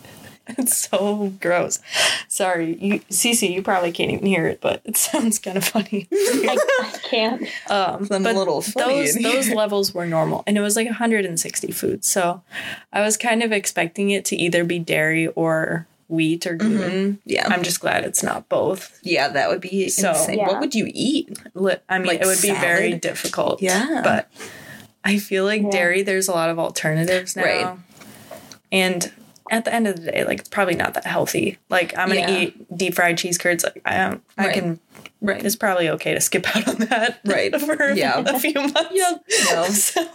Speaker 2: It's so gross. Sorry, you, Cece, you probably can't even hear it, but it sounds kind of funny.
Speaker 1: I, I can't.
Speaker 2: Um,
Speaker 3: Sounds a little funny
Speaker 2: those
Speaker 3: in
Speaker 2: those
Speaker 3: here.
Speaker 2: levels were normal, and it was like 160 foods. So I was kind of expecting it to either be dairy or wheat or gluten.
Speaker 3: Mm-hmm. Yeah.
Speaker 2: I'm just glad it's not both.
Speaker 3: yeah, that would be
Speaker 2: So-
Speaker 3: insane.
Speaker 1: Yeah.
Speaker 3: What would you eat?
Speaker 2: Li- I mean,
Speaker 3: Like
Speaker 2: it would be very
Speaker 3: salad?
Speaker 2: difficult.
Speaker 3: Yeah.
Speaker 2: But I feel like
Speaker 1: Yeah.
Speaker 2: dairy, there's a lot of alternatives now.
Speaker 3: Right.
Speaker 2: And at the end of the day, like it's probably not that healthy. Like I'm gonna
Speaker 3: Yeah.
Speaker 2: eat deep fried cheese curds. Like I don't, I
Speaker 3: Right.
Speaker 2: can.
Speaker 3: Right.
Speaker 2: It's probably okay to skip out on that.
Speaker 3: Right.
Speaker 2: for
Speaker 3: Yeah.
Speaker 2: a few months.
Speaker 3: No.
Speaker 2: So-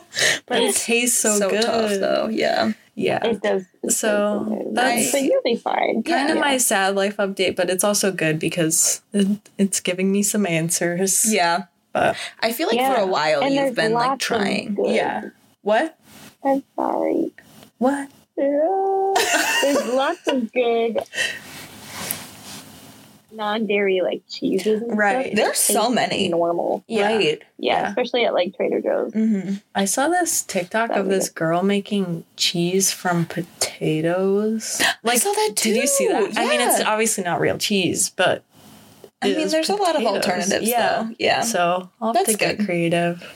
Speaker 2: but it tastes so, good.
Speaker 3: tough though. Yeah.
Speaker 2: Yeah.
Speaker 1: It does. it
Speaker 2: So,
Speaker 1: does- it
Speaker 2: that's-
Speaker 1: does. but you'll be fine.
Speaker 3: Yeah.
Speaker 2: Kind of my sad life update, but it's also good because it, it's giving me some answers.
Speaker 3: Yeah.
Speaker 2: But
Speaker 3: I feel like for
Speaker 1: Yeah.
Speaker 3: a while
Speaker 1: And
Speaker 3: you've
Speaker 1: there's
Speaker 3: been like
Speaker 1: lots of
Speaker 3: trying.
Speaker 1: good-
Speaker 2: yeah. What?
Speaker 1: I'm sorry.
Speaker 2: What?
Speaker 1: Yeah. There's lots of good non-dairy like cheeses. And
Speaker 2: Right.
Speaker 1: Stuff. that
Speaker 3: There's so
Speaker 1: taste
Speaker 3: many.
Speaker 1: normal.
Speaker 2: Yeah.
Speaker 3: Right.
Speaker 1: Yeah,
Speaker 2: Yeah.
Speaker 1: especially at like Trader Joe's.
Speaker 3: Mm-hmm.
Speaker 2: I saw this TikTok
Speaker 1: That
Speaker 2: of
Speaker 1: was
Speaker 2: this girl making cheese from potatoes.
Speaker 3: Like, I saw that too.
Speaker 2: Did you see that? I mean, it's
Speaker 3: Yeah.
Speaker 2: obviously not real cheese, but
Speaker 3: I
Speaker 2: it
Speaker 3: mean,
Speaker 2: is
Speaker 3: there's a lot of
Speaker 2: potatoes.
Speaker 3: alternatives.
Speaker 2: Yeah.
Speaker 3: Though. Yeah.
Speaker 2: So I'll have
Speaker 3: That's
Speaker 2: to get
Speaker 3: good.
Speaker 2: creative.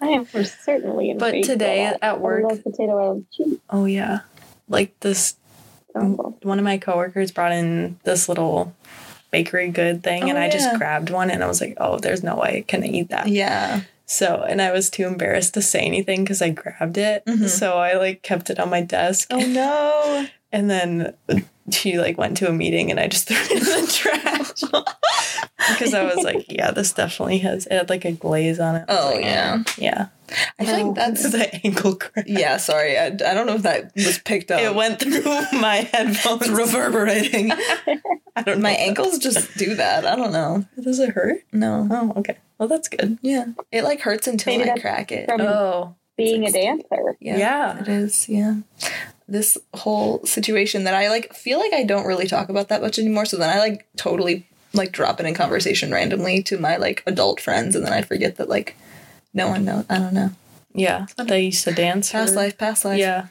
Speaker 1: I am certainly.
Speaker 2: But
Speaker 1: intrigued by
Speaker 2: today
Speaker 1: that.
Speaker 2: at work-
Speaker 1: I love potato oil cheese.
Speaker 2: Oh yeah, like this
Speaker 1: combo.
Speaker 2: one of my coworkers brought in this little bakery good thing
Speaker 3: Oh,
Speaker 2: and I just
Speaker 3: yeah.
Speaker 2: grabbed one and I was like, "Oh, there's no way I can eat that."
Speaker 3: yeah.
Speaker 2: So, and I was too embarrassed to say anything cuz I grabbed it.
Speaker 3: Mhm.
Speaker 2: So, I like kept it on my desk
Speaker 3: Oh no.
Speaker 2: and then she like went to a meeting and I just threw it in the trash. Because I was like, yeah, this definitely has it had like a glaze on it. I was
Speaker 3: Oh,
Speaker 2: like,
Speaker 3: yeah.
Speaker 2: Yeah.
Speaker 3: I feel like that's.
Speaker 2: the ankle crack.
Speaker 3: Yeah. Sorry. I, I don't know if that was picked up.
Speaker 2: It went through my headphones.
Speaker 3: It's reverberating.
Speaker 2: I don't know.
Speaker 3: My
Speaker 2: if that-
Speaker 3: ankles just do that. I don't know.
Speaker 2: Does it hurt?
Speaker 3: No.
Speaker 2: Oh, okay. Well, that's good.
Speaker 3: Yeah. It like hurts until
Speaker 1: Faded
Speaker 3: I
Speaker 1: up
Speaker 3: crack it.
Speaker 1: from
Speaker 2: Oh,
Speaker 1: being a dancer.
Speaker 2: yeah.
Speaker 3: It is, yeah. This whole situation that I like feel like I don't really talk about that much anymore. So then I like totally like drop it in conversation randomly to my like adult friends, and then I forget that like no one knows. I don't know.
Speaker 2: Yeah. They used to dance.
Speaker 3: Past
Speaker 2: for-
Speaker 3: life, past life.
Speaker 2: Yeah.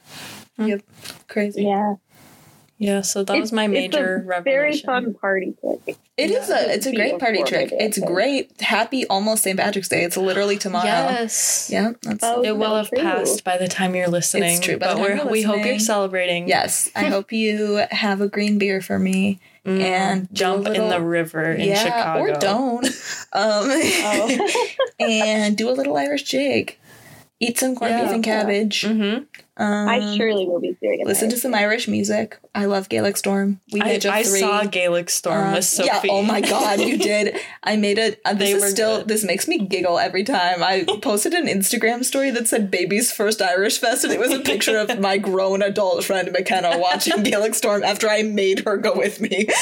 Speaker 3: crazy.
Speaker 1: Yeah,
Speaker 2: Yeah. So that
Speaker 1: It-
Speaker 2: was my
Speaker 1: it's a
Speaker 2: major
Speaker 1: Very
Speaker 2: revelation.
Speaker 1: fun party trick.
Speaker 3: It is
Speaker 1: Yeah.
Speaker 3: a it's a
Speaker 1: Be
Speaker 3: great party trick.
Speaker 1: informative,
Speaker 3: It's
Speaker 1: I think.
Speaker 3: great. Happy almost St. Patrick's Day. It's literally tomorrow.
Speaker 2: Yes.
Speaker 3: Yeah. That's
Speaker 1: Oh,
Speaker 2: It will
Speaker 1: so
Speaker 2: have
Speaker 1: true.
Speaker 2: passed by the time you're listening.
Speaker 3: It's true, by the
Speaker 2: But
Speaker 3: time
Speaker 2: we're,
Speaker 3: you're
Speaker 2: we hope you're
Speaker 3: listening.
Speaker 2: celebrating.
Speaker 3: Yes. I hope you have a green beer for me.
Speaker 2: Mm,
Speaker 3: and do
Speaker 2: jump
Speaker 3: a
Speaker 2: in the
Speaker 3: little-
Speaker 2: river in Chicago.
Speaker 3: Or don't. Um,
Speaker 1: Oh.
Speaker 3: and do a little Irish jig. Eat some corned
Speaker 2: Yeah.
Speaker 3: beef and cabbage.
Speaker 2: Mm-hmm.
Speaker 3: Um,
Speaker 1: I surely will be doing it.
Speaker 3: listen to some Irish music. I love Gaelic Storm. We
Speaker 2: I,
Speaker 3: made a
Speaker 2: I
Speaker 3: three.
Speaker 2: saw Gaelic Storm
Speaker 3: uh,
Speaker 2: with Sophie.
Speaker 3: Yeah. Oh my God, you did. I made a. Uh, this
Speaker 2: They
Speaker 3: is
Speaker 2: were
Speaker 3: still.
Speaker 2: good.
Speaker 3: This makes me giggle every time. I posted an Instagram story that said "Baby's First Irish Fest," and it was a picture of my grown adult friend McKenna watching Gaelic Storm after I made her go with me.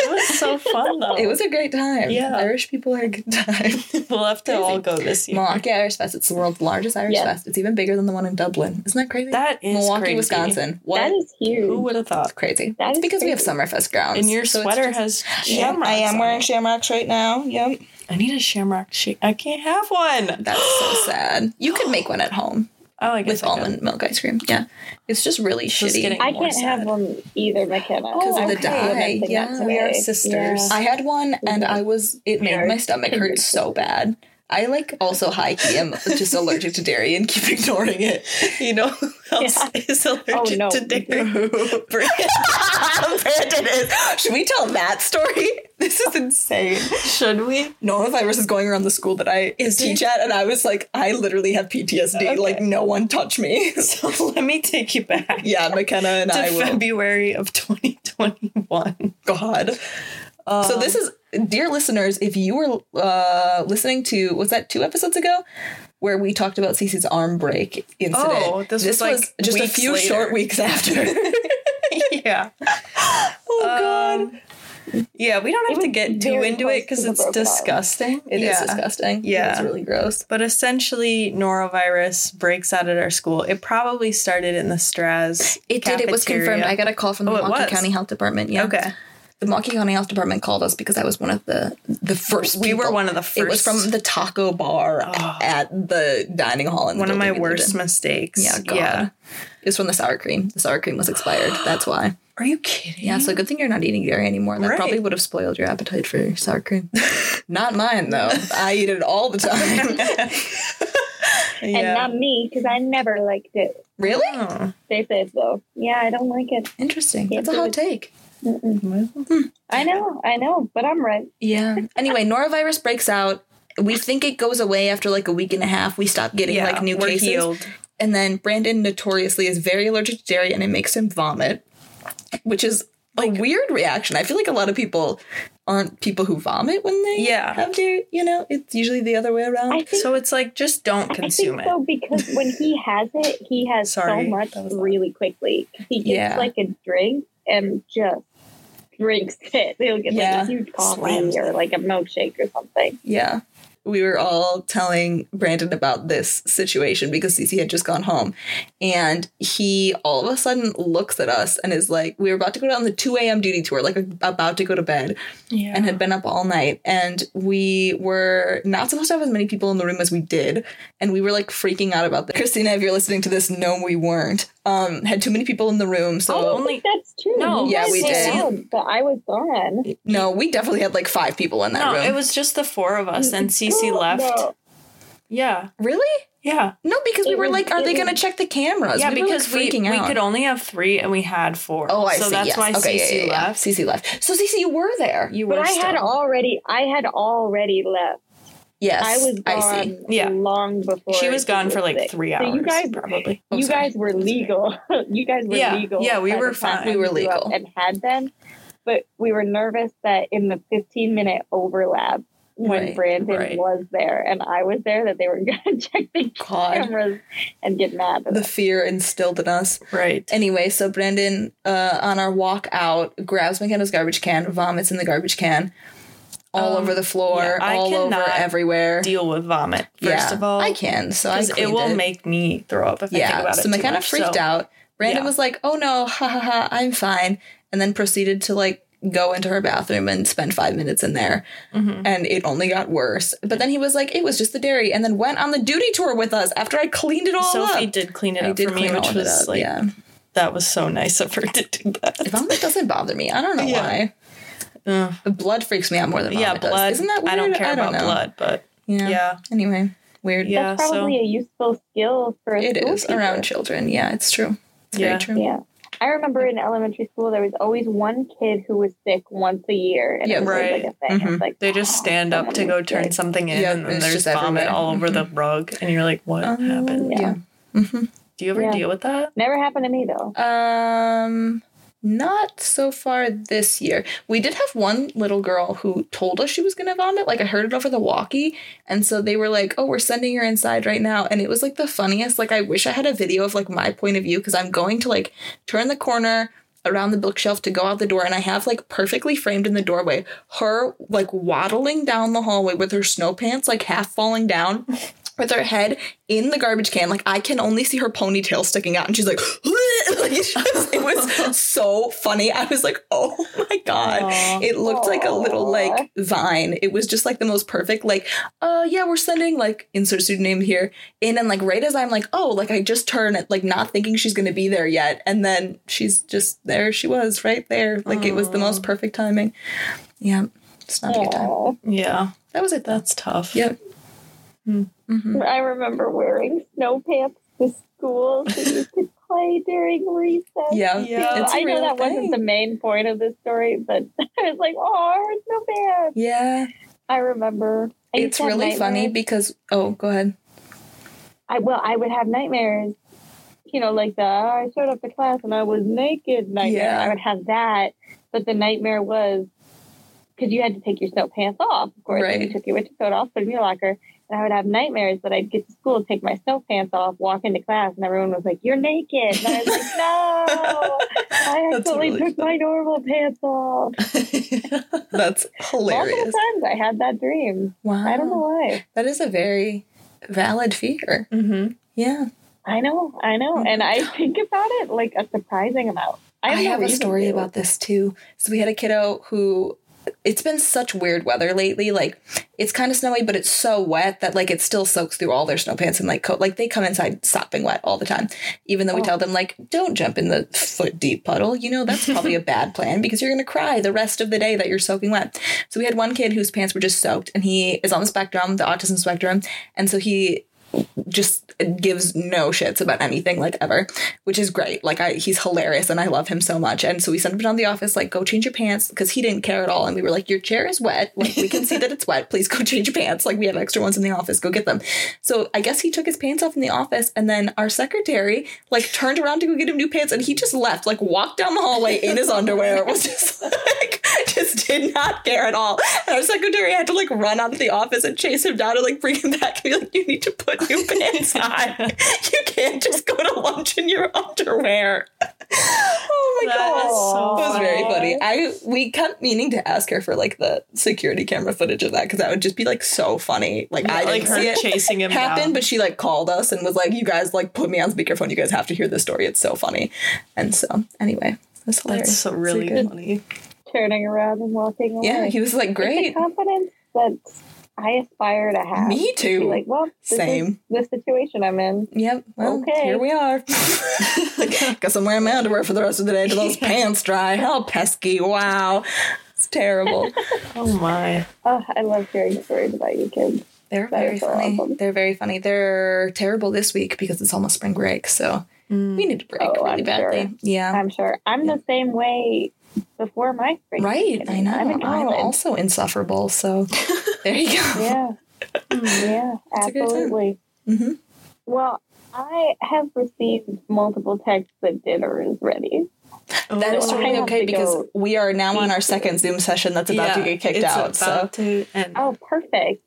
Speaker 2: It was so fun though.
Speaker 3: It was a great time.
Speaker 2: Yeah.
Speaker 3: Irish people are a good time.
Speaker 2: We'll have to
Speaker 3: crazy.
Speaker 2: all go this year.
Speaker 3: Milwaukee Irish Fest. It's the world's largest Irish
Speaker 1: Yes.
Speaker 3: Fest. It's even bigger than the one in Dublin. Isn't that crazy?
Speaker 2: That is
Speaker 3: Milwaukee,
Speaker 2: crazy.
Speaker 3: Wisconsin. What?
Speaker 1: that is huge.
Speaker 2: Who would have thought?
Speaker 3: crazy.
Speaker 1: That
Speaker 3: That's
Speaker 1: is
Speaker 3: because we have
Speaker 1: crazy.
Speaker 3: Summerfest grounds.
Speaker 2: And your
Speaker 3: So it's
Speaker 2: sweater
Speaker 3: just-
Speaker 2: has
Speaker 3: Yeah,
Speaker 2: shamrocks.
Speaker 3: I am
Speaker 2: on
Speaker 3: wearing
Speaker 2: it.
Speaker 3: shamrocks right now. Yep.
Speaker 2: I need a shamrock shake. I can't have one.
Speaker 3: That's so sad. You could make one at home
Speaker 2: Oh, I guess
Speaker 3: with
Speaker 2: I could.
Speaker 3: almond milk ice cream. Yeah. It's just really
Speaker 2: Just
Speaker 3: shitty.
Speaker 2: getting-
Speaker 1: I
Speaker 2: more
Speaker 1: can't have
Speaker 2: sad. Oh,
Speaker 1: one either, McKenna.
Speaker 3: 'Cause of
Speaker 1: I'm
Speaker 3: the
Speaker 1: complimenting
Speaker 3: dye,
Speaker 1: that
Speaker 3: yeah.
Speaker 2: We are
Speaker 1: today.
Speaker 2: sisters.
Speaker 1: Yeah.
Speaker 3: I had one and I was it made
Speaker 1: Yeah.
Speaker 3: my stomach hurt so bad. I like also high key am just allergic to dairy and keep ignoring it.
Speaker 2: You know who else is allergic
Speaker 1: Oh, no.
Speaker 2: to dairy? Brandon.
Speaker 3: Brandon is. Should we tell that story? This is insane.
Speaker 2: Should we?
Speaker 3: Norovirus is going around the school that I
Speaker 2: Is
Speaker 3: teach at, and I was like, I literally have PTSD. Like, no one touch me.
Speaker 2: So let me take you back
Speaker 3: yeah, McKenna and
Speaker 2: to
Speaker 3: I will.
Speaker 2: February of 2021.
Speaker 3: God.
Speaker 2: Um,
Speaker 3: So this is, dear listeners, if you were uh, listening to was that two episodes ago, where we talked about Cece's arm break incident.
Speaker 2: Oh, this was, like,
Speaker 3: just a
Speaker 2: weeks
Speaker 3: few
Speaker 2: later.
Speaker 3: short weeks after.
Speaker 2: yeah.
Speaker 3: oh God,
Speaker 2: Um, yeah, we don't
Speaker 1: It
Speaker 2: have to
Speaker 1: was
Speaker 2: get too
Speaker 1: very
Speaker 2: into
Speaker 1: close
Speaker 2: it because
Speaker 1: to the
Speaker 2: it's
Speaker 1: broken arm.
Speaker 2: disgusting.
Speaker 3: It is
Speaker 2: yeah.
Speaker 3: disgusting.
Speaker 2: Yeah.
Speaker 3: it's really gross.
Speaker 2: But essentially, norovirus breaks out at our school. It probably started in the Straz.
Speaker 3: It did. It was
Speaker 2: cafeteria.
Speaker 3: confirmed. I got a call from the
Speaker 2: Oh, it
Speaker 3: Milwaukee
Speaker 2: was?
Speaker 3: County Health Department. Yeah.
Speaker 2: Okay.
Speaker 3: The Milwaukee County Health Department called us because I was one of the the first.
Speaker 2: We were
Speaker 3: people.
Speaker 2: one of the
Speaker 3: It was
Speaker 2: first.
Speaker 3: from the Oh. taco bar at the dining hall. In the
Speaker 2: One of my
Speaker 3: building we lived
Speaker 2: worst
Speaker 3: in.
Speaker 2: mistakes.
Speaker 3: Yeah, God. It's from the sour cream. The sour cream was expired. That's why.
Speaker 2: Are you kidding?
Speaker 3: Yeah. So good thing you're not eating dairy anymore. That
Speaker 2: Right.
Speaker 3: probably would have spoiled your appetite for sour cream. not mine though. I eat it all the time.
Speaker 1: and not me because I never liked it.
Speaker 3: Really?
Speaker 2: Oh,
Speaker 1: They said so. Yeah, I don't like it.
Speaker 3: Interesting.
Speaker 1: Yeah,
Speaker 3: That's a
Speaker 1: do
Speaker 3: hot
Speaker 1: it.
Speaker 3: take.
Speaker 1: Mm-mm.
Speaker 2: well.
Speaker 1: I know, I know, but I'm right.
Speaker 3: Yeah. Anyway, norovirus breaks out. We think it goes away after like a week and a half. We stop getting
Speaker 2: Yeah,
Speaker 3: like new
Speaker 2: we're
Speaker 3: cases.
Speaker 2: healed.
Speaker 3: And then Brandon notoriously is very allergic to dairy and it makes him vomit, which is a weird reaction. I feel like a lot of people aren't people who vomit when they
Speaker 2: Yeah.
Speaker 3: have dairy. You know, it's usually the other way around.
Speaker 1: I think
Speaker 2: So it's like just don't
Speaker 1: I
Speaker 2: consume
Speaker 1: think
Speaker 2: it.
Speaker 1: so because when he has it, he has
Speaker 2: Sorry,
Speaker 1: so much
Speaker 2: that was loud.
Speaker 1: really quickly. He gets
Speaker 3: Yeah.
Speaker 1: like a drink and just drinks it. He'll get
Speaker 3: Yeah.
Speaker 1: like a huge coffee
Speaker 4: Slams
Speaker 1: or like a milkshake or something.
Speaker 3: Yeah. We were all telling Brandon about this situation because Cece had just gone home. And he all of a sudden looks at us and is like, We were about to go down the 2 a.m. duty tour, like about to go to bed
Speaker 4: Yeah.
Speaker 3: and
Speaker 2: Oh,
Speaker 3: had been up all night. And we were not supposed to have as many people in the room as we did. And we were like freaking out about this. Christina, if you're listening to this, no, we weren't. Um, had too many people in the room. So
Speaker 1: I don't
Speaker 2: Oh, only-
Speaker 1: think that's true.
Speaker 2: No,
Speaker 1: You
Speaker 3: Yeah,
Speaker 1: guys
Speaker 3: we
Speaker 1: were
Speaker 3: did.
Speaker 1: loud, But I was gone.
Speaker 3: no, we definitely had like five people in that
Speaker 2: No,
Speaker 3: room. Mm,
Speaker 2: it was just the four of us, and Cece
Speaker 1: No,
Speaker 2: left.
Speaker 1: no.
Speaker 2: Yeah,
Speaker 3: really?
Speaker 2: yeah,
Speaker 3: No, because we
Speaker 1: It
Speaker 3: were
Speaker 1: was-
Speaker 3: like, are
Speaker 1: it
Speaker 3: they
Speaker 1: was-
Speaker 3: going to check the cameras?
Speaker 2: yeah.
Speaker 3: We were, like,
Speaker 2: because we
Speaker 3: freaking
Speaker 2: we
Speaker 3: out.
Speaker 2: could only have three, and we had four.
Speaker 3: Oh, I
Speaker 2: so
Speaker 3: see.
Speaker 2: that's
Speaker 3: yes.
Speaker 2: why Cece
Speaker 3: okay, yeah, yeah, yeah.
Speaker 2: left.
Speaker 3: Cece left. So Cece, you were there.
Speaker 2: You were.
Speaker 1: But I
Speaker 2: still.
Speaker 1: had already, I had already left.
Speaker 3: Yes,
Speaker 1: I was gone
Speaker 3: I see.
Speaker 2: Yeah.
Speaker 1: long before.
Speaker 2: She was gone for like
Speaker 1: sick.
Speaker 2: three
Speaker 1: So
Speaker 2: hours.
Speaker 1: you guys,
Speaker 2: probably.
Speaker 3: Oh,
Speaker 1: you
Speaker 3: sorry.
Speaker 1: guys were legal. you guys were
Speaker 2: Yeah.
Speaker 1: legal.
Speaker 2: Yeah, we
Speaker 1: by
Speaker 2: were
Speaker 1: the time
Speaker 2: fine.
Speaker 3: We were
Speaker 1: grew up
Speaker 3: legal.
Speaker 1: and had them, but we were nervous that in the 15 minute overlap when
Speaker 3: Right,
Speaker 1: Brandon
Speaker 2: right.
Speaker 1: was there and I was there, that they were going to check the
Speaker 3: God,
Speaker 1: cameras and get mad. At
Speaker 3: the
Speaker 1: us.
Speaker 3: fear instilled in us.
Speaker 2: Right.
Speaker 3: Anyway, so Brandon, uh, on our walk out, grabs McKenna's garbage can, vomits in the garbage can, all
Speaker 2: Um,
Speaker 3: over the floor,
Speaker 2: yeah, I
Speaker 3: all over
Speaker 2: cannot
Speaker 3: everywhere.
Speaker 2: Deal with vomit first
Speaker 3: Yeah,
Speaker 2: of all.
Speaker 3: I can. So I
Speaker 2: because it
Speaker 3: cleaned
Speaker 2: will make me throw up if I think
Speaker 3: yeah.
Speaker 2: about it.
Speaker 3: So
Speaker 2: too
Speaker 3: McKenna
Speaker 2: much,
Speaker 3: freaked
Speaker 2: so-
Speaker 3: out. Brandon
Speaker 2: Yeah.
Speaker 3: was like, "Oh no, ha ha ha, I'm fine," and then proceeded to like go into her bathroom and spend five minutes in there.
Speaker 2: Mhm.
Speaker 3: and it only got worse. But then he was like, it was just the dairy, and then went on the duty tour with us after I cleaned it all
Speaker 2: Sophie
Speaker 3: up.
Speaker 2: did clean it
Speaker 3: I
Speaker 2: up
Speaker 3: did
Speaker 2: for me,
Speaker 3: clean all
Speaker 2: which
Speaker 3: of it
Speaker 2: was
Speaker 3: up.
Speaker 2: like
Speaker 3: yeah,
Speaker 2: that was so nice of her to do that.
Speaker 3: vomit doesn't bother me. I don't know
Speaker 2: Yeah.
Speaker 3: why.
Speaker 2: Ugh.
Speaker 3: Blood freaks me out more than vomit
Speaker 2: yeah, blood.
Speaker 3: Does. Isn't that weird?
Speaker 2: I don't care about
Speaker 3: know.
Speaker 2: blood, but
Speaker 3: Yeah.
Speaker 2: yeah,
Speaker 3: Anyway, weird.
Speaker 2: Yeah,
Speaker 1: That's probably
Speaker 2: so-
Speaker 1: a useful skill for a
Speaker 3: It
Speaker 1: school
Speaker 3: is
Speaker 1: teacher.
Speaker 3: around children. Yeah, it's true. It's
Speaker 2: Yeah.
Speaker 3: very true.
Speaker 1: Yeah. I remember in elementary school there was always one kid who was sick once a year, and
Speaker 3: Yeah,
Speaker 1: it was always,
Speaker 2: right.
Speaker 1: like a thing. It's
Speaker 3: Mhm.
Speaker 1: like
Speaker 2: they just stand up to go turn something in,
Speaker 3: Yeah,
Speaker 2: and then
Speaker 3: it's
Speaker 2: there's
Speaker 3: just
Speaker 2: vomit
Speaker 3: everywhere.
Speaker 2: all over the rug, and you're like, "What
Speaker 3: Um,
Speaker 2: happened?
Speaker 3: Yeah. hmm
Speaker 2: Do you ever
Speaker 1: Yeah.
Speaker 2: deal with that?"
Speaker 1: Never happened to me though.
Speaker 3: Um, not so far this year. We did have one little girl who told us she was gonna vomit. Like I heard it over the walkie, and so they were like, "Oh, we're sending her inside right now." And it was like the funniest. Like I wish I had a video of like my point of view because I'm going to like turn the corner around the bookshelf to go out the door and I have like perfectly framed in the doorway her like waddling down the hallway with her snow pants like half falling down with her head in the garbage can like I can only see her ponytail sticking out and she's like, like, it's just- it was so funny I was like oh my god
Speaker 2: Aw.
Speaker 3: it looked like a little like vine it was just like the most perfect like uh yeah we're sending like insert student name here in and like right as I'm like oh like I just turn it like not thinking she's gonna be there yet and then she's just there she was right there like it was the most perfect timing yeah it's not a good time
Speaker 1: Aw.
Speaker 2: Yeah,
Speaker 3: that was it though
Speaker 2: that's tough.
Speaker 3: yep
Speaker 2: Hmm.
Speaker 3: Mhm.
Speaker 1: I remember wearing snow pants to school so you could play during recess.
Speaker 3: yeah
Speaker 2: Yeah.
Speaker 3: it's a
Speaker 1: I know
Speaker 3: real
Speaker 1: that
Speaker 3: thing.
Speaker 1: wasn't the main point of this story, but I was like, "Oh, her snow pants."
Speaker 3: yeah
Speaker 1: I remember. I used
Speaker 3: it's
Speaker 1: to have
Speaker 3: really funny
Speaker 1: nightmares.
Speaker 3: because oh go ahead
Speaker 1: I well, I would have nightmares. You know, like the "Oh, I showed up to class and I was naked nightmare.
Speaker 3: Yeah.
Speaker 1: I would have that, but the nightmare was because you had to take your snow pants off, of course. and You
Speaker 3: Right.
Speaker 1: took your winter coat off, put it in your locker, and I would have nightmares that I'd get to school, take my snow pants off, walk into class, and everyone was like, "You're naked," and I was like, "No, I
Speaker 3: That's
Speaker 1: actually
Speaker 3: really
Speaker 1: took my normal pants off."
Speaker 3: that's
Speaker 1: Multiple
Speaker 3: hilarious Ah.
Speaker 1: times I had that dream.
Speaker 3: wow
Speaker 1: I don't know why.
Speaker 3: that is a very valid fear
Speaker 2: Mm-hmm.
Speaker 3: yeah
Speaker 1: I know, I know, and I think about it like a surprising amount.
Speaker 3: Mm-hmm. I,
Speaker 1: no
Speaker 3: have a
Speaker 1: reason
Speaker 3: story
Speaker 1: to.
Speaker 3: about this too. So we had a kiddo who it's been such weird weather lately. Like it's kind of snowy, but it's so wet that like it still soaks through all their snow pants and like coat. Like they come inside sopping wet all the time, even though we
Speaker 1: Oh.
Speaker 3: tell them like don't jump in the foot deep puddle. You know that's probably a bad plan because you're gonna cry the rest of the day that you're soaking wet. So we had one kid whose pants were just soaked, and he is on the spectrum, the autism spectrum, and so he just gives no shits about anything like ever, which is great. Like I, he's hilarious and I love him so much. And so we sent him down to the office like go change your pants because he didn't care at all. And we were like, your chair is wet. Like we can see that it's wet. Please go change your pants. Like we have extra ones in the office. Go get them. So I guess he took his pants off in the office and then our secretary like turned around to go get him new pants and he just left. Like walked down the hallway in his underwear. It was just like just did not care at all. And our secretary had to like run out of the office and chase him down and like bring him back and be like, you need to put new pants on. you can't just go to lunch in your underwear. Oh my
Speaker 2: That
Speaker 3: god,
Speaker 2: is so
Speaker 3: that was very
Speaker 2: funny.
Speaker 3: funny. I we kept meaning to ask her for like the security camera footage of that because that would just be like so funny. Like I
Speaker 2: like
Speaker 3: didn't
Speaker 2: her
Speaker 3: see it
Speaker 2: chasing him
Speaker 3: happen,
Speaker 2: down.
Speaker 3: but she like called us and was like, "You guys like put me on speakerphone. You guys have to hear this story. It's so funny." And so anyway, it was hilarious.
Speaker 2: That's so
Speaker 3: So
Speaker 2: really
Speaker 3: good.
Speaker 2: funny.
Speaker 1: turning around and walking away.
Speaker 3: Yeah, he was like,
Speaker 1: It's
Speaker 3: "Great,
Speaker 1: the confidence that I aspire to have.
Speaker 3: me
Speaker 1: Be
Speaker 3: too."
Speaker 1: like, well, this Is
Speaker 3: Same.
Speaker 1: the situation I'm in.
Speaker 3: Yep. Well,
Speaker 1: Okay.
Speaker 3: here we are. Guess I'm wearing my underwear for the rest of the day till those pants dry. How pesky! Wow, it's terrible.
Speaker 2: Oh my.
Speaker 1: Oh, I love hearing stories about you kids.
Speaker 3: They're
Speaker 1: That
Speaker 3: very
Speaker 1: is so
Speaker 3: funny.
Speaker 1: awesome.
Speaker 3: They're very funny. They're terrible this week because it's almost spring break, so we need a break
Speaker 1: Oh,
Speaker 3: really
Speaker 1: I'm
Speaker 3: badly.
Speaker 1: sure.
Speaker 3: Yeah.
Speaker 1: I'm sure. I'm the same way before my spring.
Speaker 3: right. I
Speaker 1: break.
Speaker 3: know.
Speaker 1: I'm
Speaker 3: I'm,
Speaker 1: in Ireland.
Speaker 3: also insufferable. So there you go.
Speaker 1: Yeah. Mm, yeah.
Speaker 3: It's a good time.
Speaker 1: Absolutely.
Speaker 3: hmm
Speaker 1: Well, I have received multiple texts that dinner is ready.
Speaker 2: oh
Speaker 3: That is
Speaker 1: I
Speaker 3: totally
Speaker 1: have
Speaker 3: okay
Speaker 1: to
Speaker 3: because
Speaker 1: go
Speaker 3: we are now on our second Zoom session that's about to get kicked
Speaker 2: it's
Speaker 3: out. so
Speaker 2: About to end.
Speaker 1: Oh, perfect.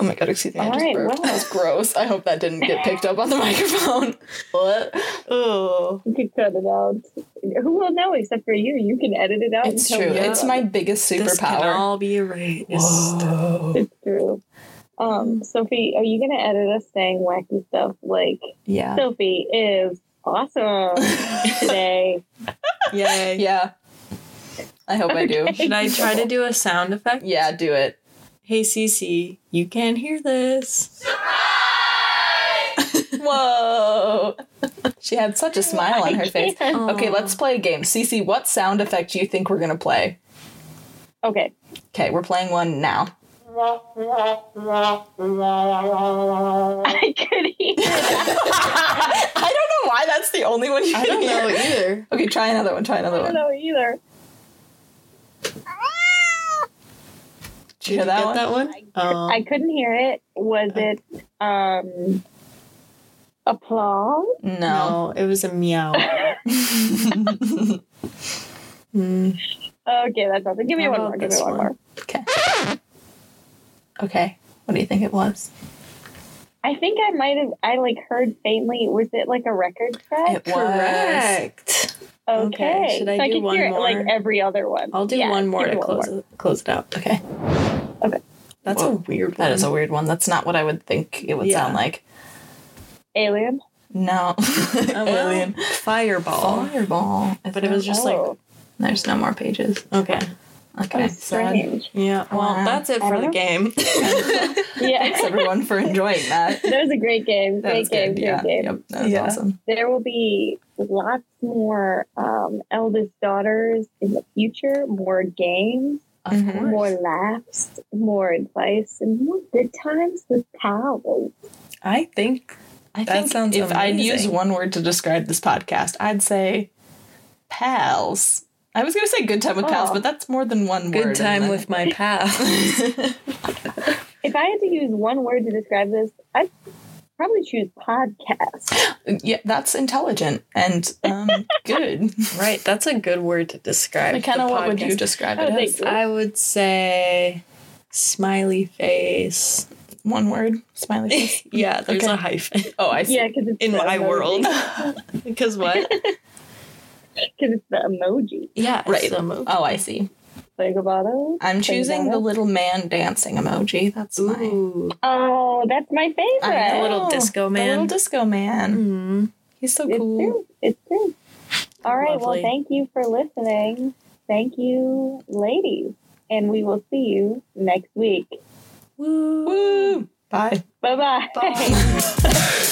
Speaker 3: oh my god, excuse me. I
Speaker 1: All
Speaker 3: just
Speaker 1: right,
Speaker 3: burped.
Speaker 1: well.
Speaker 3: That was gross. I hope that didn't get picked up on the microphone. what?
Speaker 2: Oh.
Speaker 1: You can cut it out. Who will know except for you? You can edit it out.
Speaker 3: It's
Speaker 1: and tell
Speaker 3: true.
Speaker 1: me.
Speaker 3: It's my biggest
Speaker 2: This can
Speaker 3: superpower.
Speaker 2: all be erased.
Speaker 3: Whoa.
Speaker 1: It's true. Um, Sophie, are you gonna edit us saying wacky stuff like
Speaker 3: Yeah.
Speaker 1: Sophie is awesome today?
Speaker 2: Yay.
Speaker 3: Yeah. I hope I do.
Speaker 2: Should I try to do a sound effect?
Speaker 3: Yeah, do it.
Speaker 2: Hey CC, you can't hear this.
Speaker 3: Whoa! she had such a smile on her face. Um,
Speaker 1: I can't.
Speaker 3: Okay,
Speaker 2: Aw.
Speaker 3: let's play a game. Cece, what sound effect do you think we're gonna play?
Speaker 1: Okay.
Speaker 3: Okay, we're playing one now.
Speaker 1: I could hear that.
Speaker 3: I don't know why that's the only one you
Speaker 2: I
Speaker 3: can
Speaker 2: don't know
Speaker 3: hear.
Speaker 2: either.
Speaker 3: Okay, try another one. Try
Speaker 1: I
Speaker 3: another
Speaker 1: don't
Speaker 3: one.
Speaker 1: know either.
Speaker 3: Did you hear that
Speaker 2: get
Speaker 3: one?
Speaker 2: that one? Um,
Speaker 1: I couldn't hear it. Was it um applause?
Speaker 3: No.
Speaker 2: no, it was a meow. Mm.
Speaker 1: Okay, that's nothing. Give me
Speaker 2: How
Speaker 1: one
Speaker 2: about
Speaker 1: more. Give me
Speaker 2: this
Speaker 1: one,
Speaker 2: one?
Speaker 1: more.
Speaker 3: okay. What do you think it was?
Speaker 1: I think I might have. I like heard faintly. Was it like a record track?
Speaker 3: It was.
Speaker 1: okay.
Speaker 2: okay. Should I
Speaker 1: so I
Speaker 2: do
Speaker 1: could
Speaker 2: one
Speaker 1: hear it like
Speaker 2: more?
Speaker 1: every other one.
Speaker 2: I'll do
Speaker 1: Yeah,
Speaker 2: one more
Speaker 1: give
Speaker 2: to
Speaker 1: me
Speaker 2: close
Speaker 1: more.
Speaker 2: it close it out.
Speaker 3: Okay.
Speaker 2: That's a
Speaker 3: Whoa.
Speaker 2: weird one.
Speaker 3: That is a weird one. That's not what I would think it would
Speaker 2: Mm-hmm. Yeah.
Speaker 3: sound like.
Speaker 1: Alien.
Speaker 3: No.
Speaker 2: Oh, well. Fireball.
Speaker 3: Fireball. Is
Speaker 2: But it
Speaker 3: there-
Speaker 2: was just
Speaker 1: Oh,
Speaker 3: There's no more pages.
Speaker 2: like okay.
Speaker 3: Okay.
Speaker 1: that's strange.
Speaker 2: Yeah. Well, um,
Speaker 3: Wow.
Speaker 2: that's it for the game.
Speaker 3: Thanks
Speaker 1: Yeah,
Speaker 3: everyone for enjoying that.
Speaker 1: that was a great game.
Speaker 3: That was
Speaker 1: Great game.
Speaker 3: good.
Speaker 1: Great
Speaker 3: Yeah.
Speaker 1: game.
Speaker 3: Yep. That was
Speaker 2: Yeah.
Speaker 3: awesome.
Speaker 1: There will be lots more um, eldest daughters in the future. More games.
Speaker 3: Of
Speaker 2: Mhm.
Speaker 3: course.
Speaker 1: More laughs. More advice. And more good times with pals.
Speaker 2: I think
Speaker 3: I
Speaker 2: That
Speaker 3: think
Speaker 2: sounds
Speaker 3: if I'd
Speaker 2: amazing.
Speaker 3: use one word to describe this podcast, I'd say pals. I was going to say good time with pals,
Speaker 1: Oh.
Speaker 3: but that's more than one word.
Speaker 2: good time
Speaker 3: isn't
Speaker 2: with my pal.
Speaker 3: it?
Speaker 1: If I had to use one word to describe this, I'd probably choose podcast.
Speaker 3: yeah, that's intelligent and um, good.
Speaker 2: right. That's a good word to describe.
Speaker 3: McKenna,
Speaker 2: the
Speaker 3: what would you
Speaker 2: podcast.
Speaker 3: describe
Speaker 1: Oh,
Speaker 3: it
Speaker 1: thank
Speaker 3: as?
Speaker 1: you.
Speaker 2: I would say smiley face.
Speaker 3: One word, smiley face.
Speaker 2: yeah, there's
Speaker 3: Okay.
Speaker 2: a hyphen
Speaker 3: Oh, I see.
Speaker 1: Yeah, because it's
Speaker 2: in
Speaker 1: the
Speaker 2: my
Speaker 1: emoji.
Speaker 2: world. Because what?
Speaker 1: because it's the emoji.
Speaker 2: Yeah, it's
Speaker 3: Right.
Speaker 2: the movie.
Speaker 3: Oh, I see.
Speaker 1: Think about it.
Speaker 3: I'm
Speaker 1: Think
Speaker 3: choosing
Speaker 1: about
Speaker 3: the
Speaker 1: it.
Speaker 3: little man dancing emoji. That's my
Speaker 2: Ooh,
Speaker 1: Oh, that's my favorite.
Speaker 3: I
Speaker 2: the
Speaker 3: know.
Speaker 2: little disco
Speaker 3: the little
Speaker 2: man.
Speaker 3: disco man.
Speaker 2: Mm.
Speaker 3: He's so
Speaker 1: It's
Speaker 3: cool.
Speaker 1: true. It's true. All right. Well,
Speaker 2: Lovely.
Speaker 1: thank you for listening. Thank you, ladies, and we will see you next week.
Speaker 2: Woo.
Speaker 3: Woo! Bye.
Speaker 1: Bye-bye.
Speaker 2: Bye.